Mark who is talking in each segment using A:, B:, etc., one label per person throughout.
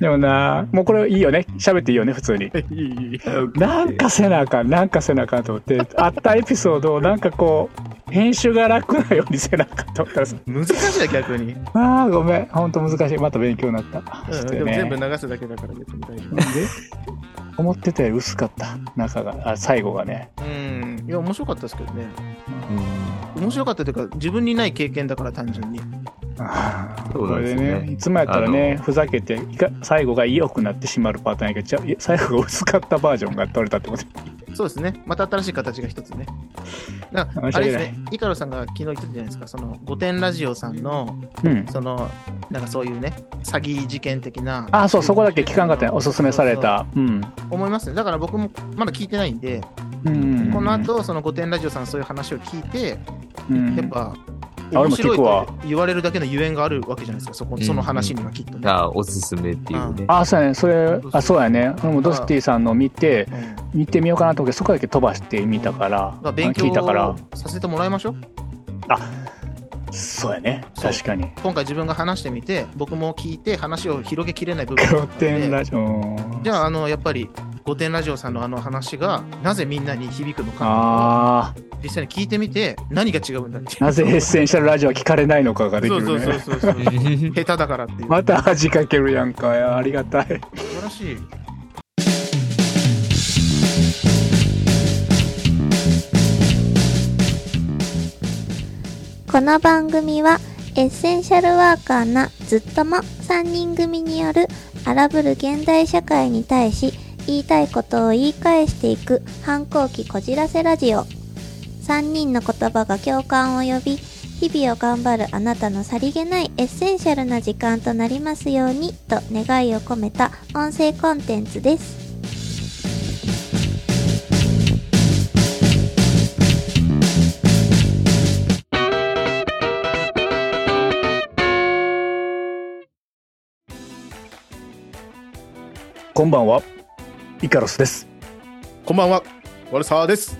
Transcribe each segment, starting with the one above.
A: でもな、もうこれいいよね。喋っていいよね、普通に。なんかせなあかん、なんかせなあかんと思 って、あったエピソードをなんかこう、編集が楽なようにせなあかんと思ったらさ、
B: 難しいな、逆に。
A: ああ、ごめん、ほんと難しい。また勉強になった。
B: うん、
A: 失
B: で
A: 礼
B: も
A: ね
B: 全部流すだけだから別に大丈
A: で思ってたより薄かった、中が、あ最後がね。
B: 夫。うん。いや、面白かったですけどね。
C: うん
B: 面白かったというか、自分にない経験だから単純に。
A: あー
C: そうなんですよね
A: これいつもやったらね
C: あの
A: ふざけていか最後が良くなってしまうパターンやけどじゃあいや最後が薄かったバージョンが取れたってこと
B: そうですね。また新しい形が一つね。だから
A: 面
B: あ
A: 白
B: れ
A: い
B: で
A: ね
B: すね、イカロさんが昨日言ってたじゃないですか、その御殿ラジオさんの、
A: うん
B: その、なんかそういうね、詐欺事件的な。
A: あそうそこだけ聞かんかったねおすすめされたうん
B: 思いますね。だから僕もまだ聞いてないんで、
A: うん
B: この後、その御殿ラジオさんのそういう話を聞いて、
A: うん
B: やっぱ、
A: 俺も
B: 面白い
A: 聞くわ
B: と言われるだけのゆえんがあるわけじゃないですか、そこ
C: うん
B: その話にはきっとね。
C: あーおすすめっていうね。
A: あそうやねそれあそうやね俺もドスティさんの見て
B: うん
A: 見てみようかなと思ってそこだけ飛ばしてみたから
B: まあ、勉強
A: 聞いたから
B: させてもらいましょう。
A: そうやね
B: そう
A: 確かに
B: 今回自分が話してみて、僕も聞いて話を広げきれない部分があ
A: 黒
B: ったので
A: 点ラジオ
B: じゃあ、あの、やっぱり、御殿ラジオさんのあの話が、なぜみんなに響くのか
A: あ
B: っていうのを実際に聞いてみて、何が違うんだってい
A: ー
B: う。
A: なぜエッセンシャルラジオは聞かれないのかができ
B: そ
A: る
B: う
A: ね
B: そうそうそ うそう。下手だからっていう。
A: また恥かけるやんかいやありがたい
B: 素晴らしい。
D: この番組はエッセンシャルワーカーなずっとも3人組による荒ぶる現代社会に対し言いたいことを言い返していく反抗期こじらせラジオ3人の言葉が共感を呼び日々を頑張るあなたのさりげないエッセンシャルな時間となりますようにと願いを込めた音声コンテンツです
A: こんばんは、イカロスです。
B: こんばんは。ワルサーです。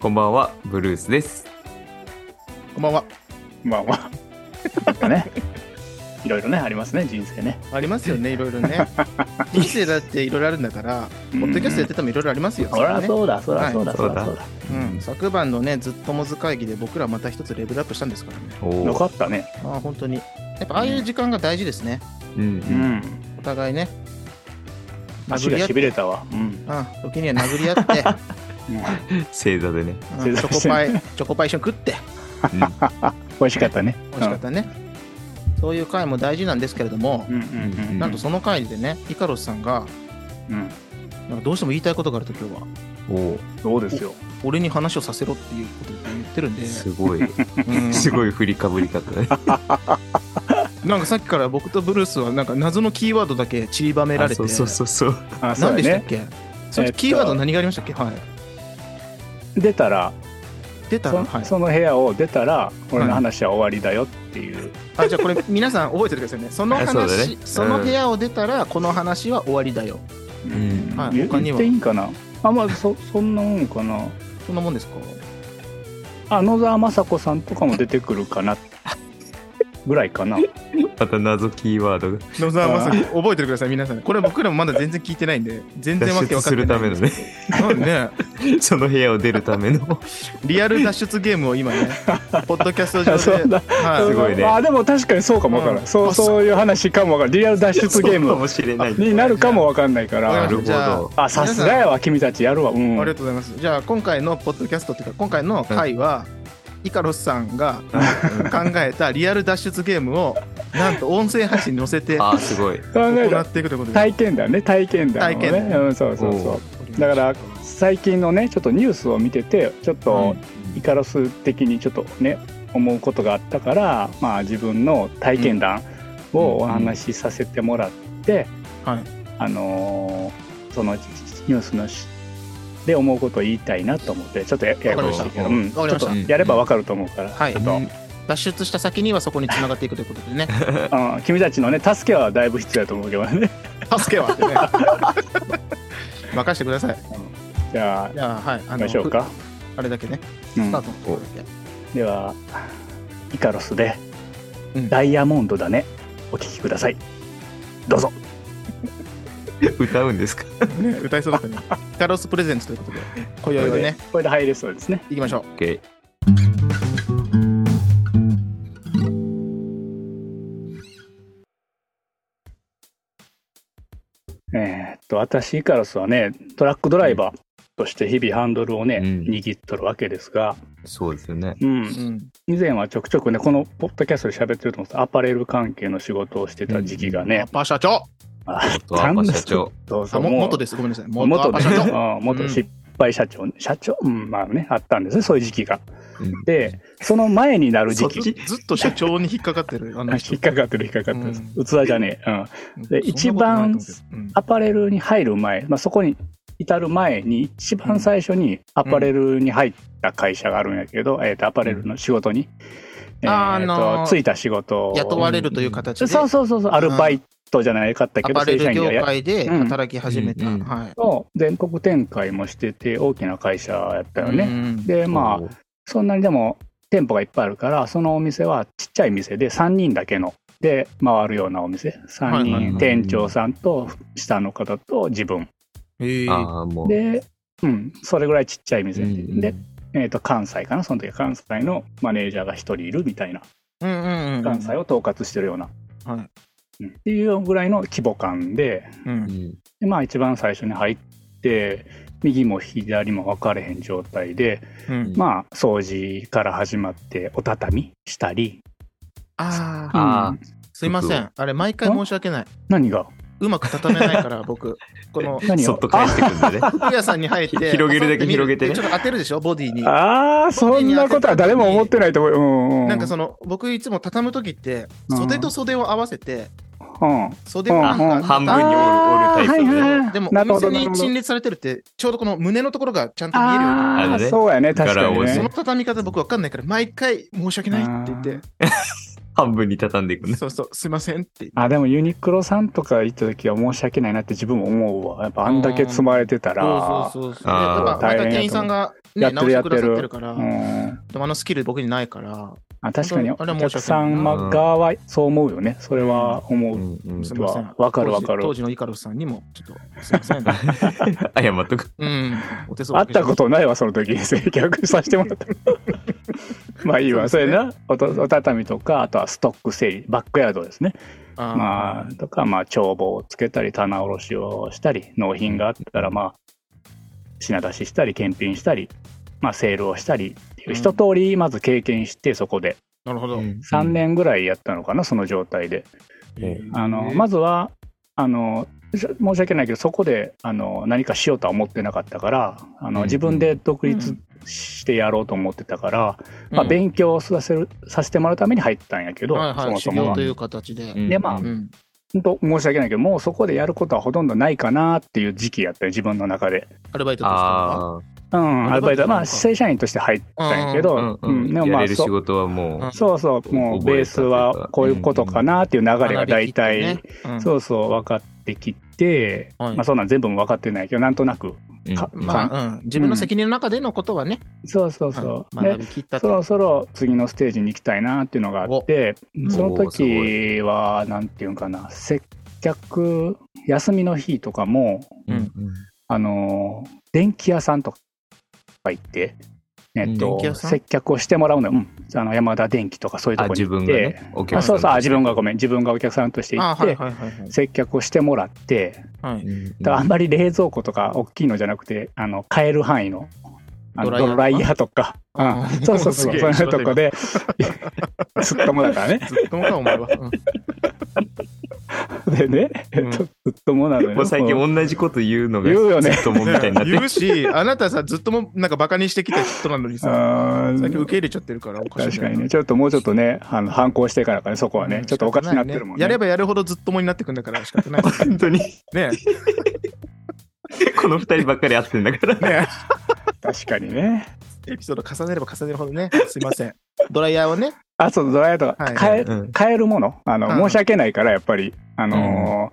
C: こんばんは、ブルースです。
B: こんばんは。
A: まあまあ、やっぱね、いろいろね、ありますね、人生ね。
B: ありますよね、いろいろね。人生だっていろいろあるんだから、ポッドキャストやっててもいろいろありますよ。
A: そら
B: ね
A: そうだ、そ
B: は
A: ら
B: い
A: そうだ、そら
C: そ
A: そううだ。
B: うん、昨晩のね、ずっともず会議で僕らまた一つレベルアップしたんですからね。
C: おー
A: よかったね。
B: ああ、本当に。やっぱああいう時間が大事ですね。
C: うん
A: う。ん。
B: お互いね。
A: 足がしびれたわ。うん。
B: ああ時には殴り合って、
C: 正座でね。
B: うんチョコパイ、チョコパイ一緒に食って、
C: うん
A: 美味しかったね。
B: 美味しかったね。そういう会も大事なんですけれども
A: う、んうんうんうん。
B: なんとその会でね、イカロスさんが、
A: うん。
B: なんかどうしても言いたいことがあると今日は、
C: お
A: そうですよ。
B: 俺に話をさせろっていうことを言ってるんで
C: ー、すごい、
B: うん
C: すごい振りかぶり方ね。
B: なんかさっきから僕とブルースはなんか謎のキーワードだけ散りばめら
C: あ
B: れて、
C: そうそうそうそう。
A: あ、そ
B: 何
A: う
B: でしたっ
A: ね。
B: けそれ
A: えっと
B: キーワード何がありましたっけはい。
A: 出たら、
B: 出た
A: そ
B: ら、はい、
A: その部屋を出たら、俺の話は終わりだよっていう。
B: あじゃあこれ 皆さん覚えててくださいね。その話、
C: あ
B: そ
C: そうだねうん
B: の部屋を出たらこの話は終わりだよ。
C: ん
B: はい
A: 言
B: 他に
A: 言っ
B: は
A: ていいんかなあ、まあ、そ、 そんなもんかな。
B: そんなもんですか
A: あ野沢雅子さんとかも出てくるかな。 ぐらいかな。
C: また謎キーワードが
B: 野
A: 沢雅
B: さん覚えててください皆さん。これ僕らもまだ全然聞いてないんで全然
C: 脱
B: わけ
C: 出
B: わか
C: す
B: って
C: る
B: な
C: た
B: い。
C: めのね、
B: なんでね
C: その部屋を出るための。
B: リアル脱出ゲームを今 ねポッドキャスト
A: そ
B: 上
A: う
B: で。
A: だ
B: は
C: すごいね
A: まあでも確かにそうかもわからん、
B: うん
A: そうそういう話かもわからんリアル脱出ゲー
C: そうかも
A: ム
C: しれない。
A: になるかもわかんないか
B: わ
C: な
B: かり
A: ら
C: る
B: ま
C: ほ
B: したじゃあ
C: ど。
A: あさすがやわ君たちやるわう
B: い。
A: ん
B: ありがとうございます。じゃあ今回のポッドキャストっていうか今回の回は、イカロスさんが考えたリアル脱出ゲームをなんと音声配信に載せて
C: あー、すごい。
A: 考え
B: 行ったていくということです。
A: 体験だね体験だね
B: 体験
A: うん、そうそう
C: お
A: そうだから最近のねちょっとニュースを見ててちょっとイカロス的にちょっとね思うことがあったからまあ自分の体験談をお話しさせてもらって、
B: はい
A: あのーそのニュースのしで思うことを言いたいなと思ってちょっとやややこしいけ
C: わ
A: ど、う
C: かりま
A: ん、
B: わかりま
A: ちょ
B: した
A: っとやればわかると思うから、
B: はい
A: ちょっと、
B: 脱出した先にはそこに繋がっていくということでね
A: うん、君たちのね助けはだいぶ必要だと思うけどね
B: 助けはってね 任してください
A: じゃあ
B: じゃあはいあ
A: 行きましょうか、
B: あれだけね
A: う
B: ス
A: ん
B: タートのところだけ
A: ではイカロスで
B: うん
A: ダイヤモンドだねお聴きくださいどうぞ
C: 歌うんですか
B: ね歌いそうだったね。イカロスプレゼンツという ことで、今宵はね、
A: これで入れそうですね
B: 行きましょう。
C: ?OK。
A: えーっと私イカロスはねトラックドライバーとして日々ハンドルをね、
C: うん
A: 握っとるわけですが、
C: そうですよね。
A: うん、
B: うん。
A: 以前はちょくちょくねこのポッドキャストで喋ってると思うんですけどアパレル関係の仕事をしてた時期がね、
B: パー社長
A: あ
C: 元アパ社長。
A: どうぞ
B: あ、も
A: もう
B: 元です。ごめんなさい。元
A: 元
B: アパ
A: ね
B: 社長。
A: うん元失敗社長、社長、うん、まあねあったんですねそういう時期が
C: うん
A: でその前になる時
C: そっ
A: 期
C: ち
B: ずっと社長に引っかかっ てる、あの人
A: 引っ。かかってる引っかかってる、
B: う
A: 器じゃねえ、うん、で
B: そんなことないと思うけどうん
A: アパレルに入る前、まあ、そこに至る前に一番最初にアパレルに入った会社があるんやけど、えー、とアパレルの仕事に、え
B: あー
A: ーと
B: あのー
A: ついた仕事を
B: 雇われるという形で、
A: そうそうそうそうアルバイトじゃないかったけ
B: ア
A: ど、
B: パレル業
A: はや
B: 界で働き始めた。
C: うん
B: はい。
A: と全国展開もしてて大きな会社やったよね、
B: うん
A: でまあ
C: おー
A: そんなにでも店舗がいっぱいあるからそのお店はちっちゃい店で3人だけので回るようなお店3人、
B: はい
C: はいはい
A: 店長さんと下の方と自分
B: へえ
C: ああ、もう。
A: で、うん、それぐらいちっちゃい店で、
C: うん
A: でえー、と関西かなその時は関西のマネージャーが1人いるみたいな
B: うんうんうん。
A: 関西を統括してるような、
B: はい
A: うんっていうぐらいの規模感で
B: うん
C: うん
A: でまあ一番最初に入って右も左も分かれへん状態で、
B: うん
A: まあ掃除から始まってお畳みしたり、
B: ああ、
C: あー
A: うん
B: すいません。あれ、毎回申し訳ない。
A: 何が
B: うまく畳めない から、僕。この、
A: 何
C: そ
A: が
C: っと返してくんだね。
B: 服屋さんに入って、
C: 広げるだけ広げてね
B: ちょっと当てるでしょ、ボディに。
A: ああそんなことは誰も思ってないと思う、うんうん、
B: なんかその、僕いつも畳む時って、
A: うん
B: 袖と袖を合わせて、
A: うん、
B: 袖をなんか
A: うん
C: 半分に折る、
A: あー
C: 折るタイプ
A: はい
C: の
A: はい
C: ね。
A: はい
B: でも、
A: なる
B: お
A: ほど
B: 店
A: なるほ
B: に
A: ど
B: 陳列されてるって、ちょうどこの胸のところがちゃんと見えるように。
A: あ
C: あ
A: あ
C: のね
A: そうやね確かに
C: 柄を
B: そ
A: ね
B: の畳み方僕わかんないから、毎回申し訳ないって言って、
C: 半分に畳んでいくね。
B: そうそう、すいませんって。
A: あでもユニクロさんとか行った時は申し訳ないなって自分も思うわやっぱあんだけ積まれてたら
B: そうそうそうそう。
C: あー
B: やっぱま
A: 大
B: た
A: 変やと思う
B: 店員さんが、
A: やっ
B: ね、
A: て
B: 直
A: る
B: し
A: やってて
B: く
A: る
B: ださってるから、
A: うん
B: でもあのスキル僕にないから、
A: あ確かにお
B: あれは
A: 客
B: 申し訳ないな
A: 様側はそう思うよねそれは思う、
C: うんうん
B: すみません。
A: わかるわかる
B: 当時当時のイカロスさんにも、ちょっと、すみません。
C: 謝っとく。
B: うん。お手数
A: 会ったことないわその時接客させてもらっ たまあいいわそ,、
B: そうで
A: れ
B: す
A: なおとお畳とかあとはストック整理バックヤードですね
B: あー
A: まあとかまあ帳簿をつけたり棚卸しをしたり納品があったらまあ品出ししたり検品したりまあセールをしたりっていううん一通りまず経験してそこで
B: なるほど。
A: 3年ぐらいやったのかなその状態で
C: え
A: あの
B: ま
A: まずはあのし申し訳ないけどそこであの何かしようとは思ってなかったからあ
C: うんう
A: の
C: ん
A: 自分で独立してやろうと思ってたから、まあ、
B: うん
A: 勉強をさせるさせてもらうために入ったんやけど、
B: はいはい、
A: そ
B: 修
A: もそも
B: 行
A: は
B: と。いう形で。
C: うん
A: でまあ
B: うん
A: 本当申し訳ないけどもうそこでやることはほとんどないかなっていう時期やったよ自分の中で。
B: アルバイトとしては。
C: あ
A: うん、ア
B: ア
A: ルバ
B: ルバ
A: イ
B: イ
A: ト
B: ト
A: ま
B: な
A: あ
B: んか
A: 正社員として入ったんやけど、
C: あ。
A: うん
C: うんうん
A: でも
C: や
A: まあ
C: れる仕
A: そ
C: 事はもう
B: うん。
A: そうそうもうベースはこういうことかなっていう流れが大体、
B: 学びきってねうん
A: そうそう分かってきて、
B: はい
A: まあそんなん全部も分かってないけどなんとなく
C: うん
A: か、
B: まあ、うん。自分の責任の中でのことはね、
A: そうそうそう、
B: うん学
A: で
B: びきった
A: そ
B: と。
A: ろそろ次のステージに行きたいなっていうのがあって
B: お
A: その
C: おーすご
A: 時はなんていうんかな接客休みの日とかも
C: うんうん
A: あのー電気屋さんとか行って、えっ
B: 電
A: と
B: 気屋さん
A: 接客をしてもらうのよ、うん、あの山田電機とかそういうと
C: あ、
A: こに
C: 自
A: 行
C: 分
A: っ
C: が
A: て、
C: ね。お
A: あ
C: 客さ
A: そ
C: ん
A: うそうあ自分がごめん自分がお客さんとして行
B: あ
A: っ
B: ーは
A: て
B: いはいはいはい。
A: 接客をしてもらって
B: はい
C: うん
A: だからあんまり冷蔵庫とか大きいのじゃなくてあの買える範囲のあのド
B: ド
A: ラ
B: ラ
A: イ
B: イ
A: ヤ
B: ヤ
A: ーとか、
B: あ
A: うん、そうそうそ
B: すげ
A: う
B: え
A: そういうとこで ずっともだからね
B: ずっともか、お前は。 うん
A: でね、えっと、ずっともなのよ
C: もう最近
A: もう
C: 同じこと言うのが、
A: 言うよね
C: ずっともうみたいになって
B: 言うし、あなたさ、ずっともなんかバカにしてきた人なのにさ、
A: あー
B: 最近受け入れちゃってるから、おかしい
A: 確
B: んだ
A: か
B: よ
A: にね、ちょっともうちょっとね、あの反抗していかなあかんね、そこはね、ちょっとおかしくなってるもんね。
B: やればやるほどずっともになってくんだから仕方ない。
C: 本当に、
B: ね
C: この二人ばっかり会ってんだから。
B: え、ね
A: 確かにね。
B: え、エピソード重ねれば重ねるほどね、すいません。ドライヤーをね、
A: あ、そう、ドライヤーとか、
B: はい
A: 買え
C: うん
A: 買えるもの、あの、
B: うん
A: 申し訳ないから、やっぱり、あの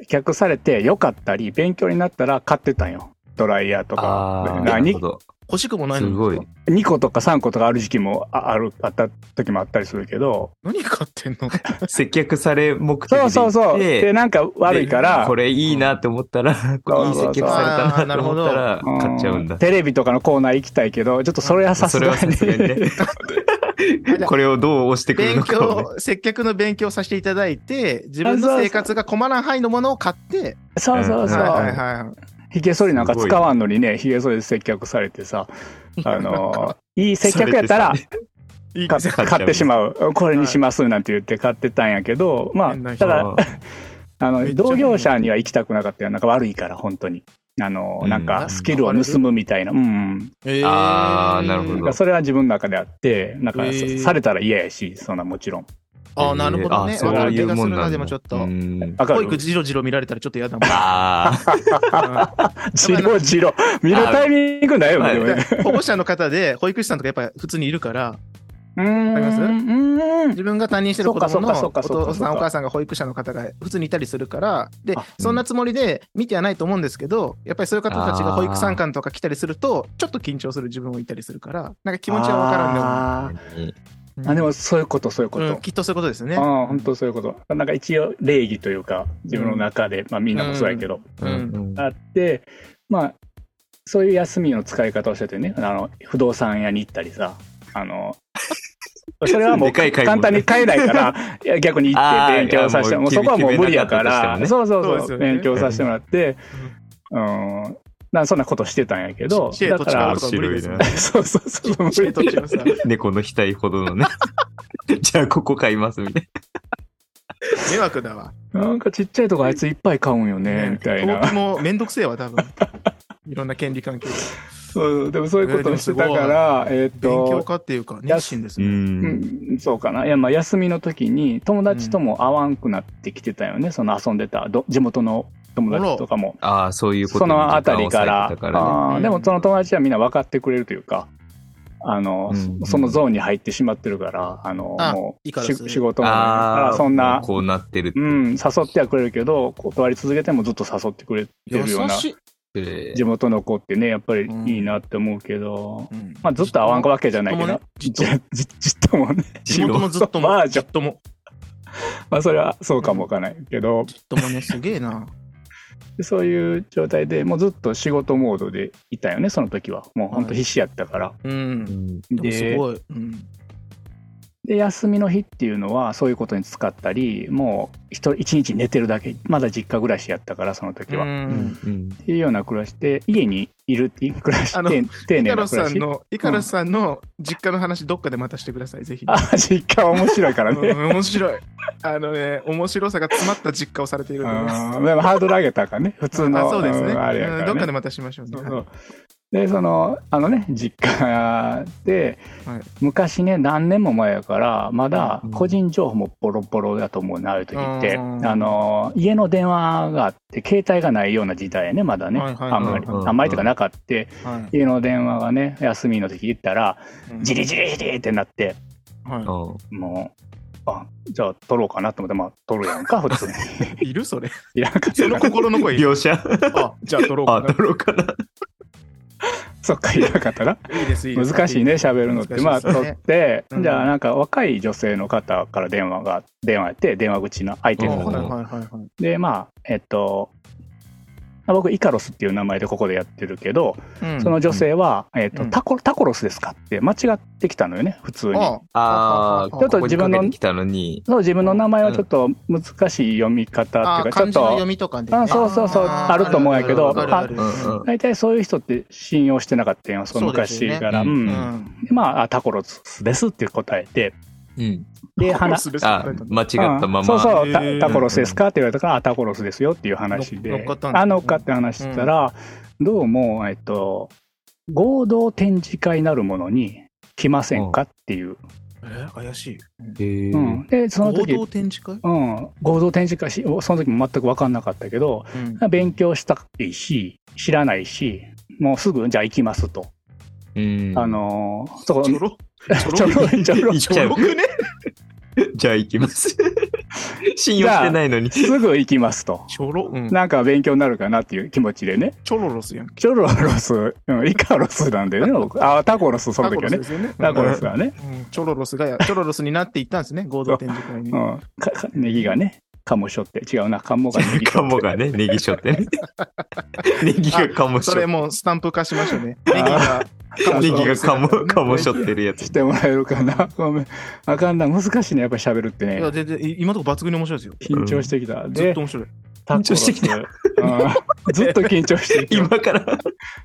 A: ー、客されてよかったり、勉強になったら買ってたんよ。ドライヤーとか。
C: ー
A: 何
C: ど。
B: 欲しくもない
C: す
B: のに
C: ごい。
A: 2個とか3個とかある時期もああるあった時もあったりするけど
B: 何買ってん の
C: 接客され目的で行
A: そう
C: って。
A: そうそうでなんか悪いから
C: これいいなって思ったら、これいい接客されたなと思ったら、
A: うん
C: 買っちゃうんだ。
A: テレビとかのコーナー行きたいけどちょっとそれはさす
C: それ
A: が
C: はさすがに
A: に
C: ね。これをどう押してくる
B: 勉
C: のかをね、
B: 強、接客の勉強させていただいて、自分の生活が困らん範囲のものを買って、
A: そうそうそう、
C: ん
B: はいはいは
A: ひげ剃りなんか使わんのにねひげ剃りで接客されて さあのいい接客やったら
B: い。いい
A: か
B: です
C: 買っちゃう
A: 買ってしまうこれにしますなんて言って買ってたんやけど、
B: 変
A: ま
B: な
A: あ
B: 人
A: た
B: だ
A: だ
C: あ
A: あ
B: めっち
A: の
B: ゃ
A: 同業者には行きたくなかったよなんか悪いから本当にあの
C: うん
A: なんかスキルを盗むみたいな、うんうん、
B: え
C: あーなるほ
A: なん
C: ど
A: かそれは自分の中であってなんか
B: へー
A: さされたら嫌やしそんなもちろん
B: あーなるほどね。
C: あ
B: わか
C: そう
B: る
C: い
B: 気
C: う
B: がす
C: も
B: る
C: んなん
B: な、
C: だ
B: でもちょっと
C: う。ん
A: あか
B: 保
A: る
B: 育じろじろ見られたらちょっと嫌だもん。
C: あ
A: ジロジロ見るタイミングないよね
C: あ
A: でもね
B: うん保護者の方で保育士さんとかやっぱ普通にいるから
A: うーん
B: わかります
A: うーん
B: 自分が担任してる子供の
A: そう
B: お
A: かそうかそうかそうか
B: 父さんお母さんが保育士さんの方が普通にいたりするからで
A: あ
B: そんなつもりで見てはないと思うんですけどやっぱりそういう方たちが保育参観とか来たりするとちょっと緊張する自分もいたりするからなんか気持ちはわからんでもない
A: あ
C: ー
B: うん
A: ーあでもそういうことそういうこと、
B: うんきっとそういうことですね。
A: ああ、本当そういうこと。なんか一応礼儀というか、自分の中で、まあみんなもそうやけど、
B: うん
A: あって、まあ、そういう休みの使い方をしててね、あの、不動産屋に行ったりさ、あの、それはもう
C: でかい買い
A: 簡
C: 物
A: 単に買えないから、いや逆に行って勉強させて
C: あー
A: も、うそこはもう
C: 決め
A: 無理やから、
C: 決めな
A: そうそうそう
B: そうですよね
A: 勉強させてもらって、うん、なんかそんなことしてたんやけど、
B: 知恵
A: だ
B: と
A: か
B: 違う
A: ら
B: と、か無理ですね
C: 面白いな。
A: そうそうそう、
B: 知恵と違うさ。
C: 猫の額ほどのね。 じゃあここ買いますみたい
B: 迷惑だわ。
A: なんかちっちゃいとこあいついっぱい買うんよね、みたいな
B: 登。記もめんどくせえ わ、多分。いろんな権利関係で
A: そうでもそういうことをしてたから、えーっ
B: 勉強
A: と、
B: 家っていうか、熱心です
C: な。う。
B: ね。
A: うんん、そうかな、いや、まあ、休みの時に友達とも会わんくなってきてたよね、その遊んでたど地元の友達とかも。
C: ああ、そういうこと
A: そのあたりから
C: 時間を割いてたからね
A: あーでもその友達はみんな分かってくれるというかあの、
C: うん
A: そのゾーンに入ってしまってるからあの
B: あ
A: も
B: いいから
A: し
B: それ
A: 仕事も
C: あ
A: あ
C: あ、
A: そんな、
C: こうなってる
A: う。ん、誘ってはくれるけど断り続けてもずっと誘ってくれてるような
B: しい。
C: え
A: 地元の子ってねやっぱりいいなって思うけど、
B: うん
A: まあ、ずっと会わんわけじゃないけど、
B: じ
A: じ
B: っともね
A: じじっともね、
B: 地元もずっとも
A: バ、ー
B: ず
A: ジ
B: っ
A: ョン
B: とも、
A: まあ、それはそうかもわかんないけど、
B: ずっともね、すげ えな。
A: そういう状態でもうずっと仕事モードでいたよね、その時は。もう本当必死やったから。
B: うん。でもす
A: で
B: ごい。うん。
A: で、休みの日っていうのは、そういうことに使ったり、もう一人一日寝てるだけ、まだ実家暮らしやったから、その時は。っ
B: うん
C: うん
A: ていうような暮らしで、家にいるっていう暮らし、
B: あの
A: て丁
B: イ
A: 寧
B: カ
A: な
B: ロス
A: 暮ら
B: さん
A: し。
B: の、イカロスさんの実家の話、どっかでまたしてください、ぜひ。
A: あ、実家は面白いから
B: う
A: ね。
B: ん面白い。あのね、面白さが詰まった実家をされているんでね
A: うんでもハードル上げたからね、普通の。
B: あそうですね
A: んあれやからね
B: うんどっかでまたしましょうね。
A: そうそうでそのあのね実家で、
B: はい
A: 昔ね何年も前やからまだ
C: うん
A: 個人情報もボロボロだと思うなああいう時って、
B: うん
A: あの家の電話があって携帯がないような時代やねまだね、
B: はいはいはい
A: あんまり、
C: うんうん
A: あんまりとかなかって
B: はい
A: 家の電話がね休みの時行ったら
B: うん
A: ジリジリジリってなって
B: は
C: あ
A: もうあじゃあ取ろうかなと思ってまあ取るやんか普通 に
B: いいるそれ。
A: いらんかった
B: その心の
C: あ
B: 声いる。
C: 描写
B: あ、じゃあ取ろう
C: あ、
B: か
C: 取ろうかな。
A: そっかいらんかったない
B: いです、いいです。
A: 難しいね。喋るのって、ま
B: 難
A: あ
B: しいですね
A: 取って、
B: うん
A: じゃあなんか若い女性の方から電話が電話やって電話口の相
B: は
A: 手
B: い
A: の
B: はい
A: 方
B: はい
A: に
B: はい。
A: でまあえっと僕イカロスっていう名前でここでやってるけど、
B: うん
A: その女性は、えっと
B: うん
A: タコタコロスですかって間違ってきたのよね普通に
B: あ
C: ああ、
A: ちょっと自分の
C: ここにかけてきたのに。
A: そう自分の名前はちょっと難しい読み方
B: あ
A: っ
B: あ
A: ていうかちょっ
B: 漢字の
A: と
B: 読みとかで、
A: あそうそうそう
B: ー
A: あると思うんやけど
B: わかるわかる
C: あうんうん
A: 大体そういう人って信用してなかったんよその
B: そうです
A: 昔
B: よね
A: から、
C: うん
A: うん
B: うん
A: でまああタコロスですって答えて
C: うん。
A: で話
B: すべて
C: あ
B: 書いてある
C: 間違ったまま。
A: そうそ
B: へ
A: う
B: ー
A: タタコロスですかって言われたからあタコロスですよっていう話で
B: 乗っ乗っかったんですね
A: あ乗っかって話したら、どうもえっと合同展示会なるものに来ませんかっていう、
B: えー怪しい。
C: へー
A: うん、でその
B: 合
A: 時
B: 同展示会
A: うん、合同展示会しその時も全く分かんなかったけど勉強したいし知らないしもうすぐじゃあ行きますと、
C: うん
A: あのーそこ
B: ちょろ
A: ちょろいちょろ
C: 行
A: い
C: っちゃう
B: くね
C: じゃあ行きます。信用してないのに。
A: すぐ行きますと。
B: ちょろ、うん、
A: なんか勉強になるかなっていう気持ちでね。
B: ちょろろすやん。
A: チョロロス、うん、イカロスなんでね、僕。あ、タコロス、その時はね
B: タコロ。スですよね。
A: タコロスがね。
B: うん、チョロロスが、チョロロスになっていったんですね、合同展示会に
A: う。ん。かかネギがね、カモショって。違うな、カモがネギショって。
C: カモがね、ネギしょって ね。ネギがカモしょ
B: それもうスタンプ化しましょうね。ネギ
A: あ
B: が、
C: ネギがカモ、カモしょってるや
A: し
C: つ。
A: てもらえるかな。ごめん。あかんな。難しいね、やっぱり喋るって
B: い
A: ね
B: や、。全然、い今のとこ抜群に面白いですよ。
A: 緊張してきた。
B: ずっ
A: で
B: と、面白い。
A: タコ
C: 緊張してきた
A: ロス。うんずっと緊張して る。
C: 今から。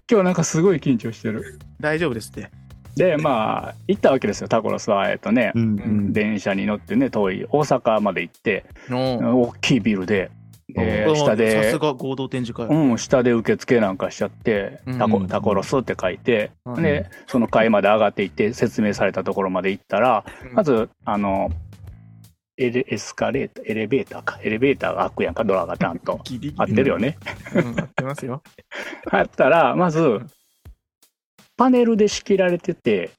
A: 今日なんかすごい緊張してる。
B: 大丈夫ですって。
A: で、まあ、行ったわけですよ、タコロスは。えっとね、
C: うん
B: ん
A: 電車に乗ってね、遠い大阪まで行って、
B: の
A: 大きいビルで、えー下
B: さ、
A: です
B: が合同展示会。
A: うん、下で受付なんかしちゃって
B: う、ん
A: タコタコロスって書いて、
B: うん
A: で、その階まで上がっていって、説明されたところまで行ったら、
B: うん
A: まず、あの、エレエスカレーター、エレベーターか、エレベーターが開くやんか、ドアがちゃんと。
B: ギリギ
A: 合ってるよね。
B: リ。うん合ってますよ。
A: あったら、まず
B: ん、
A: パネルで仕切られてて、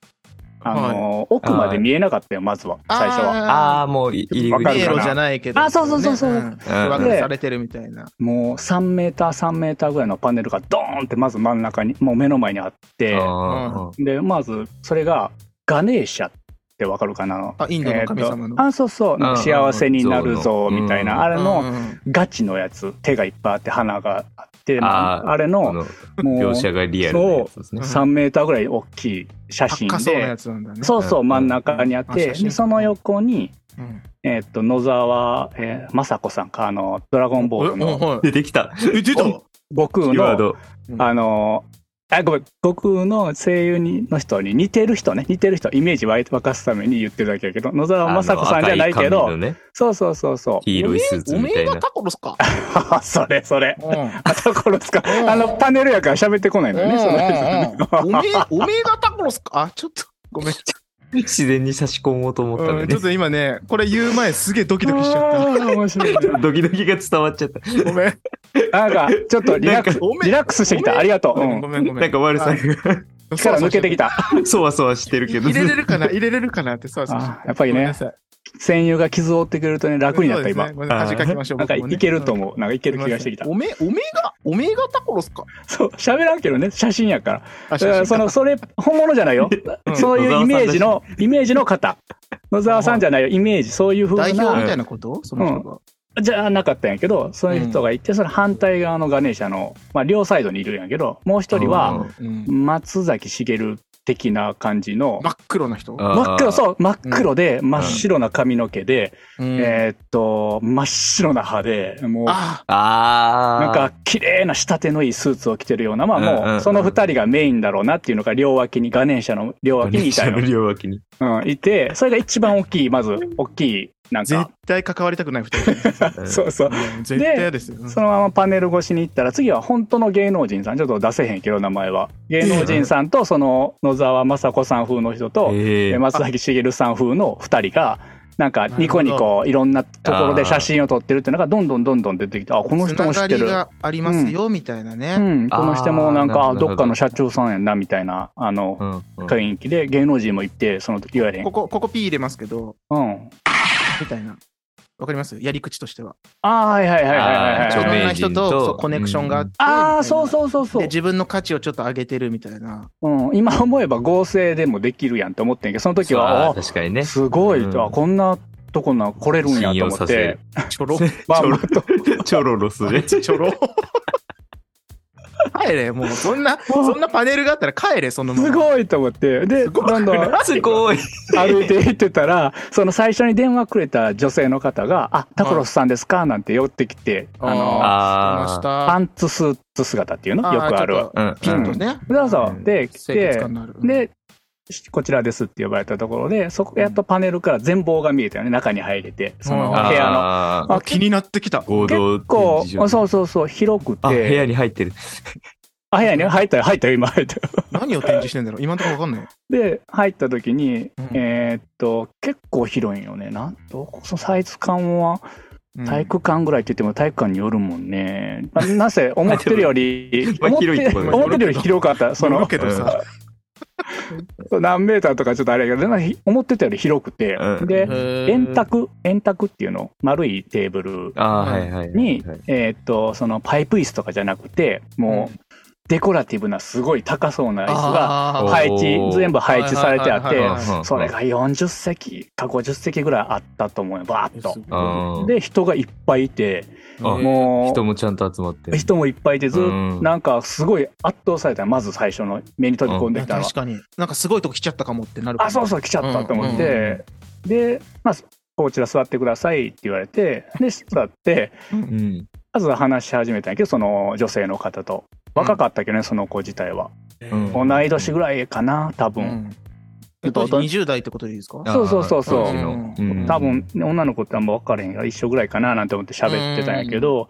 A: あの、奥まで見えなかったよ、まずは、最初は。
C: ああ、もう入り
A: わか
B: 迷
A: るかな
C: 口
B: 路じゃないけど。
A: あそうそうそうそう
B: ねん上書きされてるみたいな。
A: もう3メーター、3メーターぐらいのパネルがドーンってまず真ん中に、もう目の前にあって、
C: あ
A: で、まずそれがガネーシャってわかるかな
B: あ、インドの神様の。
A: あ、そうそう、なんか
C: うんうんうん
A: 幸せになるぞ、みたい
C: うん
A: な、あれ
B: う
A: の
B: んうん
A: ガチのやつ、手がいっぱいあって、鼻があって、
C: あー
A: あれ
C: あの
A: の、もう
C: 描写がリアルなやつですね。
A: 3メーターぐらい大きい写真
B: 高そうなや
A: で、
B: つなんだね。
A: そうそう、真ん中にあっ
B: うんうん
A: て、
B: あ写真
A: でその横に、
B: うん。
A: えっと、野沢えー雅子さんか、あの、ドラゴンボール
B: え
A: の
B: おはい
C: 出てきた。
B: え、出た
A: お悟空
C: キーワー
A: の、
C: ド。
A: あのあごめん悟空の声優にの人に似てる人ね似てる人イメージ湧い沸かすために言ってるだけやけど野沢雅子さんじゃないけ
C: あの赤い髪の
A: ど
C: ね
A: そうそうそうそ
C: 黄 色いスーツ
B: お
C: み
B: め
C: た
B: え
C: いな
B: が。タコロスか。
A: うそれそれ
B: うんうんうん
A: あところつか
B: うん
A: あのパネルやから喋ってこないのよねその
B: うんおめえ、おめえがタコロスか。あ、ちょっと、ごめん。
C: 自然に差し込もうと思ったん
B: う
C: で
B: んちょっ
C: ね。
B: と今ね、これ言う前すげえドキドキしちゃっ
A: あー面白いね
C: ドキドキが伝わっちゃった。
B: た。ごめん。
A: なんかちょっとリラックス
B: なんかごめん
A: リラックスしてきたありがとう、う
B: ご
A: ん、
B: めんごめん。
C: なんか悪さが、
A: 力抜けてきた
C: そわそわしてるけど。
B: 入れれるかな入れれるかなって、そうそうそう
A: あやっぱりね
B: ごめんなさい
A: 戦友が傷を負ってくれるとね楽になった今、
B: そうですねごめんなさい恥かきましょう。
A: なんか
B: 僕もね
A: いけると思うなんかいける気がしてきた
B: おめ、おめが、おめがタコロスか。
A: そう喋らんけどね写真やからだ
B: あ、
A: からその、それ、本物じゃないよ。
B: うん
A: そういうイメージの、イメージの方。野沢さんじゃないよ、イメージ、そういう風
B: 代表
A: な、
B: みたいなことその人が。
A: じゃなかったんやけど、そういう人がいて、その反対側のガネーシャの、まあ、両サイドにいるんやけど、もう一人
C: う
A: は、
C: ん
B: うん
A: 松崎しげる的な感じの、
B: 真っ黒な人
C: あー
A: 真っ黒、そう、真っ黒で、真っ白な髪の毛で、
B: うん
A: えーっと、真っ白な歯で、もう、
B: あ
C: ああ。
A: なんか、綺麗な仕立てのいいスーツを着てるような、まあ
C: うんうん
A: も
C: うん
A: う、その二人がメインだろうなっていうのが、両脇に、ガネーシャの両脇にいたの。
C: 両脇に。
A: うん、いて、それが一番大きい、まず、大きい、なん
B: 絶
A: か、
B: 対関わりたくない二人。
A: そうそう。
B: うん絶対嫌ですよ。
A: そのままパネル越しに行ったら、次は本当の芸能人さん、ちょっと出せへんけど、名前は。芸能人さんと、その、野沢雅子さん風の人と、
C: ええ
A: え松崎しげるさん風の二人が、なんか、ニコニコ、いろんなところで写真を撮ってるっていうのが、どんどんどんどん出てきて、あ、この人も知って
B: つながり
A: る。
B: がありますよ、みたいな
A: う
B: ね。
A: ん、この人もなん
C: あー
A: か、
C: なるほど
A: どっかの社長さんやんな、みたいな、あの、
C: うんうん
A: 雰囲気で、芸能人も行って、その、いわゆる
B: こ、こ、ここ P 入れますけど、
A: うん。
B: みたいな。わかりますやり口としては。
A: ああー、はいはいはいはいはい
C: あー
B: い
C: 著
B: ろ
A: はい。
C: 名
B: んな人
C: 著名人と
B: とそうコネクションがあって。
A: ああ、そう
B: う。
A: そうそうそう
B: で、。自分の価値をちょっと上げてるみたいな。
A: うん、今思えば合成でもできるやんって思ってんけどその時
C: あ
A: は
C: ー確かにね
A: あ。すごい、
C: うん
A: あこんなとこな来れるんや
C: 信
A: と
C: 用
A: 思
C: さ
A: っ
C: せ
A: て
C: る。
B: ちょろ。
A: まあまあと。
C: チョロロスで。
B: ちょろ。帰れ、もう、そんな、そんなパネルがあったら帰れ、そのまます
A: ごいと思ってです
B: ごい
A: どんどん
C: すごい。
A: 歩いて行ってたらその最初に電話くれた女性の方が「あタコロスさんですか?」なんて寄ってきてあの
C: あー
B: 知ってました
A: パンツスーツ姿っていうのよくあるわ。
C: うん
B: ちょっとピンとね。
A: そうそう
C: うん
A: で来
B: 清潔
A: て
B: 感のある。
A: でしこちらですって呼ばれたところでそこやっとパネルから全貌が見えたよね中に入れてその
B: う
A: 部
B: んあー
A: 屋の。
C: あ
B: あ、気になってきた。
C: ー合同
A: 結構
C: 展示場
A: あそうそうそう広くて
C: あ、部屋に入ってる。
A: あ部屋に入ったよ入ったよ今入ったよ
B: 何を展示してんだろう今のところわかんない。
A: で入った時に、
B: うん
A: えーっと結構広いんよねなんどこそのサイズ感は
B: うん
A: 体育館ぐらいって言っても体育館によるもんね、 ななぜ思ってるより
C: まあ
A: 思って
C: 広いところ
A: 思ってるより広かったそ
B: 乗る
A: の
B: けどさ。
A: そう何メーターとかちょっとあれやけどでもひ思ってたより広くて、
C: うん
A: で円
B: 円
A: 卓円卓っていうの丸いテーブル
C: あーはいはいはいはい。
A: に、えーっとそのパイプ椅子とかじゃなくてもうデコラティブなすごい高そうな椅子が
C: ー
A: 配置
C: おー
A: 全部配置されてあっ
B: はいはい
A: て
B: はいは
A: それが40席か50席ぐらいあったと思うよバーッと。
C: うん、
A: で人がいっぱいいて
C: あ
A: も
C: 人もちゃんと集まって
A: う
C: る。
A: 人もいっぱいいてずっと
C: うん
A: なんかすごい圧倒されたまず最初の目に飛び込んできたのは
B: 確かになんかすごいとこ来ちゃったかもってなる
A: あそう
B: う
A: そう来ちゃったと思って、で、まあ、こちら座ってくださいって言われてで座って
C: うん。
A: まずは話し始めたんやけどその女性の方と若かったけどね、その子自体は
C: うん
A: 同い年ぐらいかな多
B: う
A: 分、
B: ん
A: ちょっと
B: 当時20代ってことでいいですか
A: そうそうそうそう
C: あーのうん
A: 多分女の子ってあんま分からへんから一緒ぐらいかななんて思って喋ってたんやけど、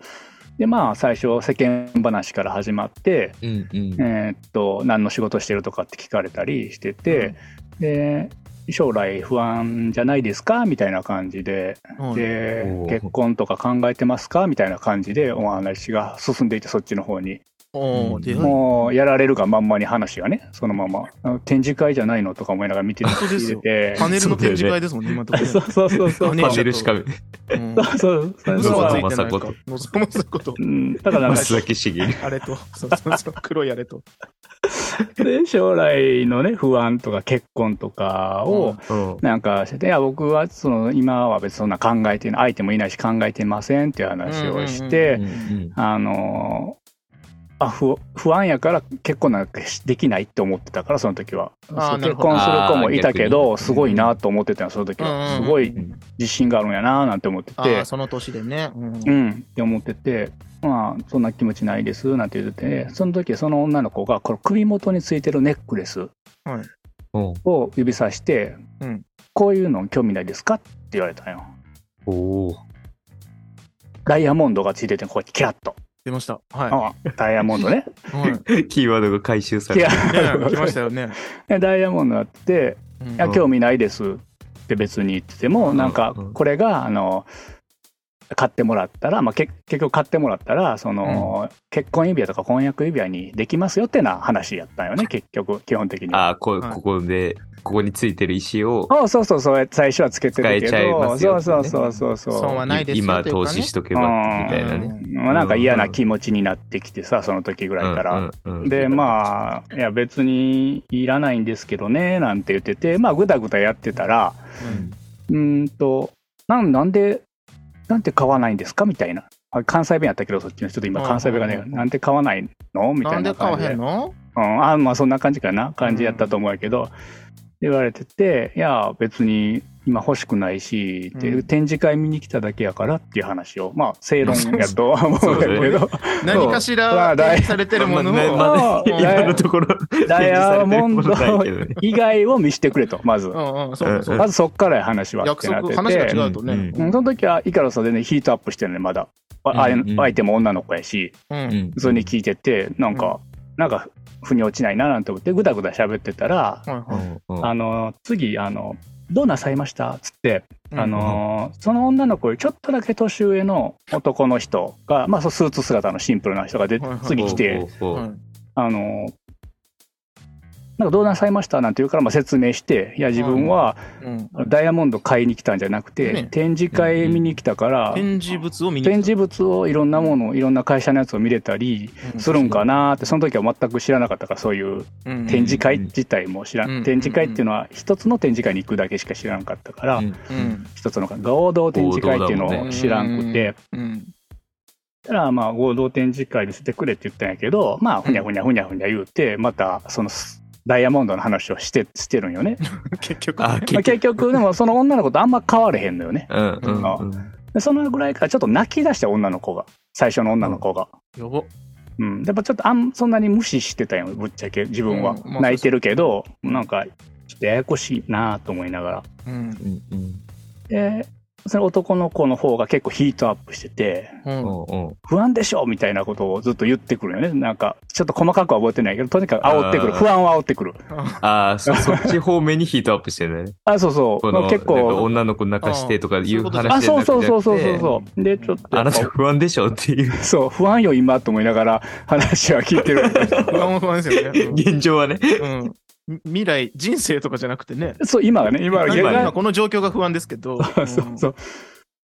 A: でまあ最初世間話から始まって、
C: うんうん。
A: えーっと何の仕事してるとかって聞かれたりしてて、で将来不安じゃないですかみたいな感じで
B: うん
A: で
C: おー
A: 結婚とか考えてますかみたいな感じでお話が進んでいてそっちの方に
B: おーで本
A: もうやられるがまんまに話がねそのままあの展示会じゃないのとか思いながら見て
B: 当で
A: 聞
B: すよ
A: いて
B: パネルの展示会ですもんね今のとこ
A: てそうそうそうそう
B: パ
A: そう
B: ネル
C: パネルしか、
B: うん
A: そうそう
B: 嘘はつい
A: そ
B: てないか望まさこと
A: ううんだからなんか
C: 松崎しげる。
B: あれとそうそう そう黒いあれと
A: で将来のね不安とか結婚とかを、
C: うん
A: なんかしてて、いや、僕はその今は別にそんな考えてない、相手もいないし考えてませんっていう話をして、
C: うんうん
A: あのーあ不、不安やから結婚なんかしできないって思ってたから、その時は。
B: あー
A: そう
B: なる
A: 結
B: ほど
A: 婚する子もいたけ
C: あー逆
A: ど、
C: に
A: すごいなと思ってたよその時は。
B: うんうんうん
A: すごい自信があるんやななんて思って
B: あー
A: て、
B: その年でねうん
A: うん、って思ってて、まあ、そんな気持ちないですなんて言ってて、その時その女の子が、この首元についてるネックレス
C: うん
A: を指さして、
B: うん
A: こういうの興味ないですかって言われたんよ。
C: おー
A: ダイヤモンドがついてて、こうやってキラッと。
B: 出ましたは
A: あダイヤモンドね。
B: いはい
C: キーワードが回収さ
A: い
C: れ
A: や
C: た。、
B: ね来ましたよね
A: ダイヤモンドあって、
B: うん
A: いや、興味ないですって別に言ってても、
C: うん
A: なんか
C: うん、
A: これが、あの、買ってもらったら、まあ、け結局買ってもらったら、その、結婚指輪とか婚約指輪にできますよってな話やったんよね、結局、基本的に。
C: あーこ
B: はい
C: ここで、ここについてる石を
A: あそうそうそう、最初はつけてる
C: 使
A: け
C: えちゃいま
A: ど、
C: す
A: そ
C: よ
A: う
C: ってね
A: そうそうそうそう。
B: 損はないですよ
C: 今
B: というかね
C: 投資しとけばみたいな
B: う
C: ね。
B: ん
A: まあなんか嫌な気持ちになってきてさ、その時ぐらいから。
C: うんうんうん
A: でまあいや別にいらないんですけどねなんて言っててまあぐだぐだやってたらうーんとなんなんでなんて買わないんですかみたいなあ関西弁やったけどそっちの人と今
B: うん
A: 関西弁が
B: うん
A: ね
B: うん
A: なんて買わないのみた
B: ないん
A: な
B: で買
A: 感
B: わ
A: じで
B: へんの
A: うん、あまあそんな感じかな感じやったと思うけど、言われてていや別に今欲しくないし、って
B: うん
A: 展示会見に来ただけやからっていう話をまあ正論やとは思うんだけど
B: 何かし
A: ま
B: ら
A: あ大
B: 提示されてるもの
C: まあ
B: を
C: まあ
A: まあ
C: 今のところ、
A: ダイヤモンド
C: 展示されてるものないけどね
A: 以外を見せてくれとまず
B: うんうん、そうそう。
A: まずそっからや話はっ
B: 約
A: てなって
B: 束、
A: て
B: 話が違うとね。
A: うんその時はイカロスは全然ヒートアップしてるねまだ、あ
C: うんうん
A: 相手も女の子やし
B: うん
C: うん
A: それに聞いててなんか、なんか腑に落ちないななんて思ってぐだぐだ喋ってたら、
C: うんうん
A: あの次あの「どうなさいました?」っつって、
B: うん
A: あのその女の子よりちょっとだけ年上の男の人が、まあ、そうスーツ姿のシンプルな人がで
B: はいはい
A: 次来て、
C: ほうほうほう
A: あのなんかどうなさいましたなんて言うからまあ説明して、いや、自分はダイヤモンド買いに来たんじゃなくて、
B: ね
A: 展示会見に来たから、
B: 展示物を見に
A: 展示物をいろんなものを、いろんな会社のやつを見れたりするんかなって、その時は全く知らなかったから、そういう展示会自体も知ら
B: うん
A: ん、展示会っていうのは、一つの展示会に行くだけしか知らなかったから
C: うん、
A: 一つの合同展示会っていうのを知らんくて。だからまあ合同展示会見せてくれって言ったんやけどまあふにゃふにゃふにゃふにゃ言うてまたそのダイヤモンドの話をしてしてるんよね、
B: 結 局、
C: あ
A: まあ、
C: 結局
A: 結局でもその女の子とあんま変われへんのよね
C: うんうんうん
A: でそのぐらいからちょっと泣き出した女の子が最初の女の子が、
B: やば。
A: うんやっぱちょっとあんそんなに無視してたよぶっちゃけ自分は、
B: うんまあ
A: 泣いてるけどなんかちょっとややこしいなと思いながら
B: うん。
C: うんうん
A: でその男の子の方が結構ヒートアップしてて
C: おうおう
A: 不安でしょみたいなことをずっと言ってくるよね。なんか、ちょっと細かくは覚えてないけど、とにかく煽ってくる。
C: あー
A: 不安を煽ってくる。
C: ああ、そそっち方面にヒートアップしてるね。
A: あ、そうそう。
C: この
A: 結
C: なんか
A: 構。
C: 女の子泣かしてとかいう話じゃなくて
A: あ、そうそうそうそうそうそう。で、ちょっと。
C: あなた不安でしょっていう、
A: そう、不安よ、今、と思いながら話は聞いてる。
B: 不安は不安ですよね。
C: 現状はね。
B: うん。み未来、人生とかじゃなくてね。
A: そう今はね今は
B: なんか
A: 現
C: 今
B: 今
A: 在
B: この状況が不安ですけど。
A: そうそう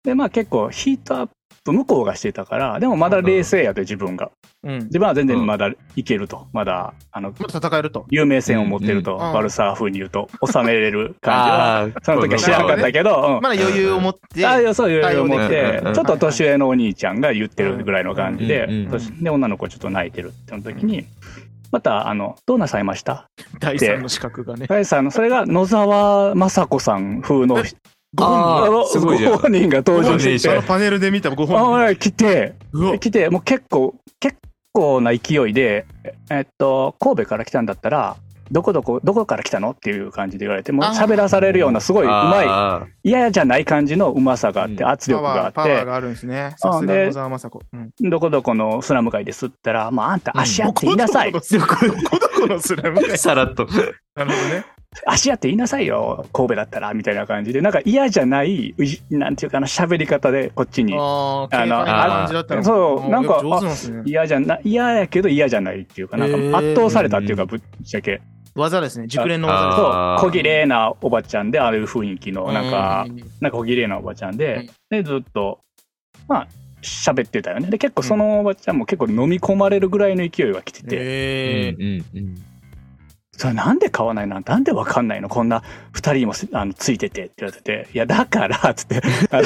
A: でまあ結構ヒートアップ向こうがしてたからでもまだ冷静やで自分が
B: うん。
A: 自分は全然まだいけると、まだあの
B: また戦えると。
A: 有名線を持ってると、
B: うんうん
A: 悪さ風に言うと収めれる感じは
C: あー、
A: その時は知らなかったけど、うん
B: まだ余裕を持って。
A: ああ、いやそういう
B: 対応
A: 思っ
C: で
A: て
C: きる、
A: ちょっと年上のお兄ちゃんが言ってるぐらいの感じで
C: うんうんうん、
A: 年で、女の子ちょっと泣いてるっての時に、また、あの、どうなさいました
B: 第三の資格がね。
A: 大地さんの、それが野沢雅子さん風の、
B: ご本
C: あ
A: あの
C: すごいじゃん
A: ご本人が登場
C: ご本人
A: し
C: でし
A: き
C: ょ
B: 人。あ
A: て
B: の、パネルで見たご
A: あほ
B: 本
A: ら
B: 人。
A: 来て、
B: うわ
A: 来て、もう結構、結構な勢いで、えっと、神戸から来たんだったら、どこどこ、どこから来たのっていう感じで言われて、もう喋らされるような、すごいうま
C: あー
A: い、嫌じゃない感じのうまさがあって、
C: うん
A: 圧
B: パ
A: 力
B: ワ
A: があ
B: ー、
A: っ
B: パワ
A: て
B: ー、があるんですね。
A: あ
B: さすが
A: で
B: 野沢雅子。うん
A: どこどこのスラム街ですったら、まあ、あんた足やって言いなさい、
B: どこどこのどこどこのスラ ム街
C: さらっと。
B: なるほどね。
A: 足やって言いなさいよ、神戸だったら、みたいな感じで、なんか嫌じゃない、うじなんていうかな、喋り方でこっちに。
B: ああ、
A: あ
B: 軽
A: の
B: 快な感じだったの
A: あそう
B: あー
A: なんか
B: 上手なんですね。
A: 嫌じゃな、嫌やけど嫌じゃないっていうか、なん
B: へー
A: か圧倒されたっていうか、ぶっちゃけ。
B: 技ですね。熟練の技
A: そう
C: あ、ー
A: 小綺麗なおばちゃんで、ああいう雰囲気の、
B: です。
A: なんか
B: う、ん、
A: なんか小綺麗なおばちゃん
B: うん
A: で、で、ずっと、まあ、喋ってたよね。で、結構そのおばちゃんも結構飲み込まれるぐらいの勢いが来てて、
B: ええ。
C: うんうん
A: それなんで買わないななんでわかんないのこんな二人もせあのついててって言われてて、いやだから、つって、あ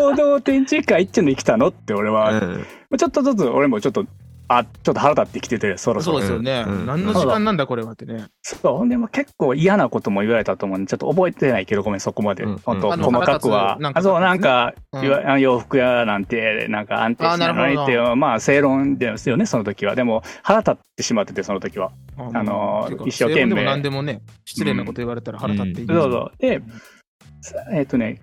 A: の合同展示会っていうのに来たのって俺は、も
C: うん
A: うちょっとずつ俺もちょっと、あ、ちょっと腹立ってきてて、そろそ
B: そ
A: ろ。
B: うですよね。
C: うん
B: 何の時間なんだ、これはってね。
A: そう。ほんで、まあ、結構嫌なことも言われたと思うんで、ちょっと覚えてないけど、ごめん、そこまで。
C: うん
A: 本当
B: あの
A: 細かくは。
B: 腹立
A: あ
B: つな
A: そう、なんん
B: か
A: か、
B: うん
A: いわあの洋服屋なんて、なんか安定しないのにってい
B: あなる
A: う、まあ、正論ですよね、その時は。でも、腹立ってしまってて、その時は。
B: あ
A: あのー
B: ていうか
A: 一生懸命
B: 正論でも何でもね、失礼なこと言われたら腹立っていい。
A: そうそう。で、さえっ、とね、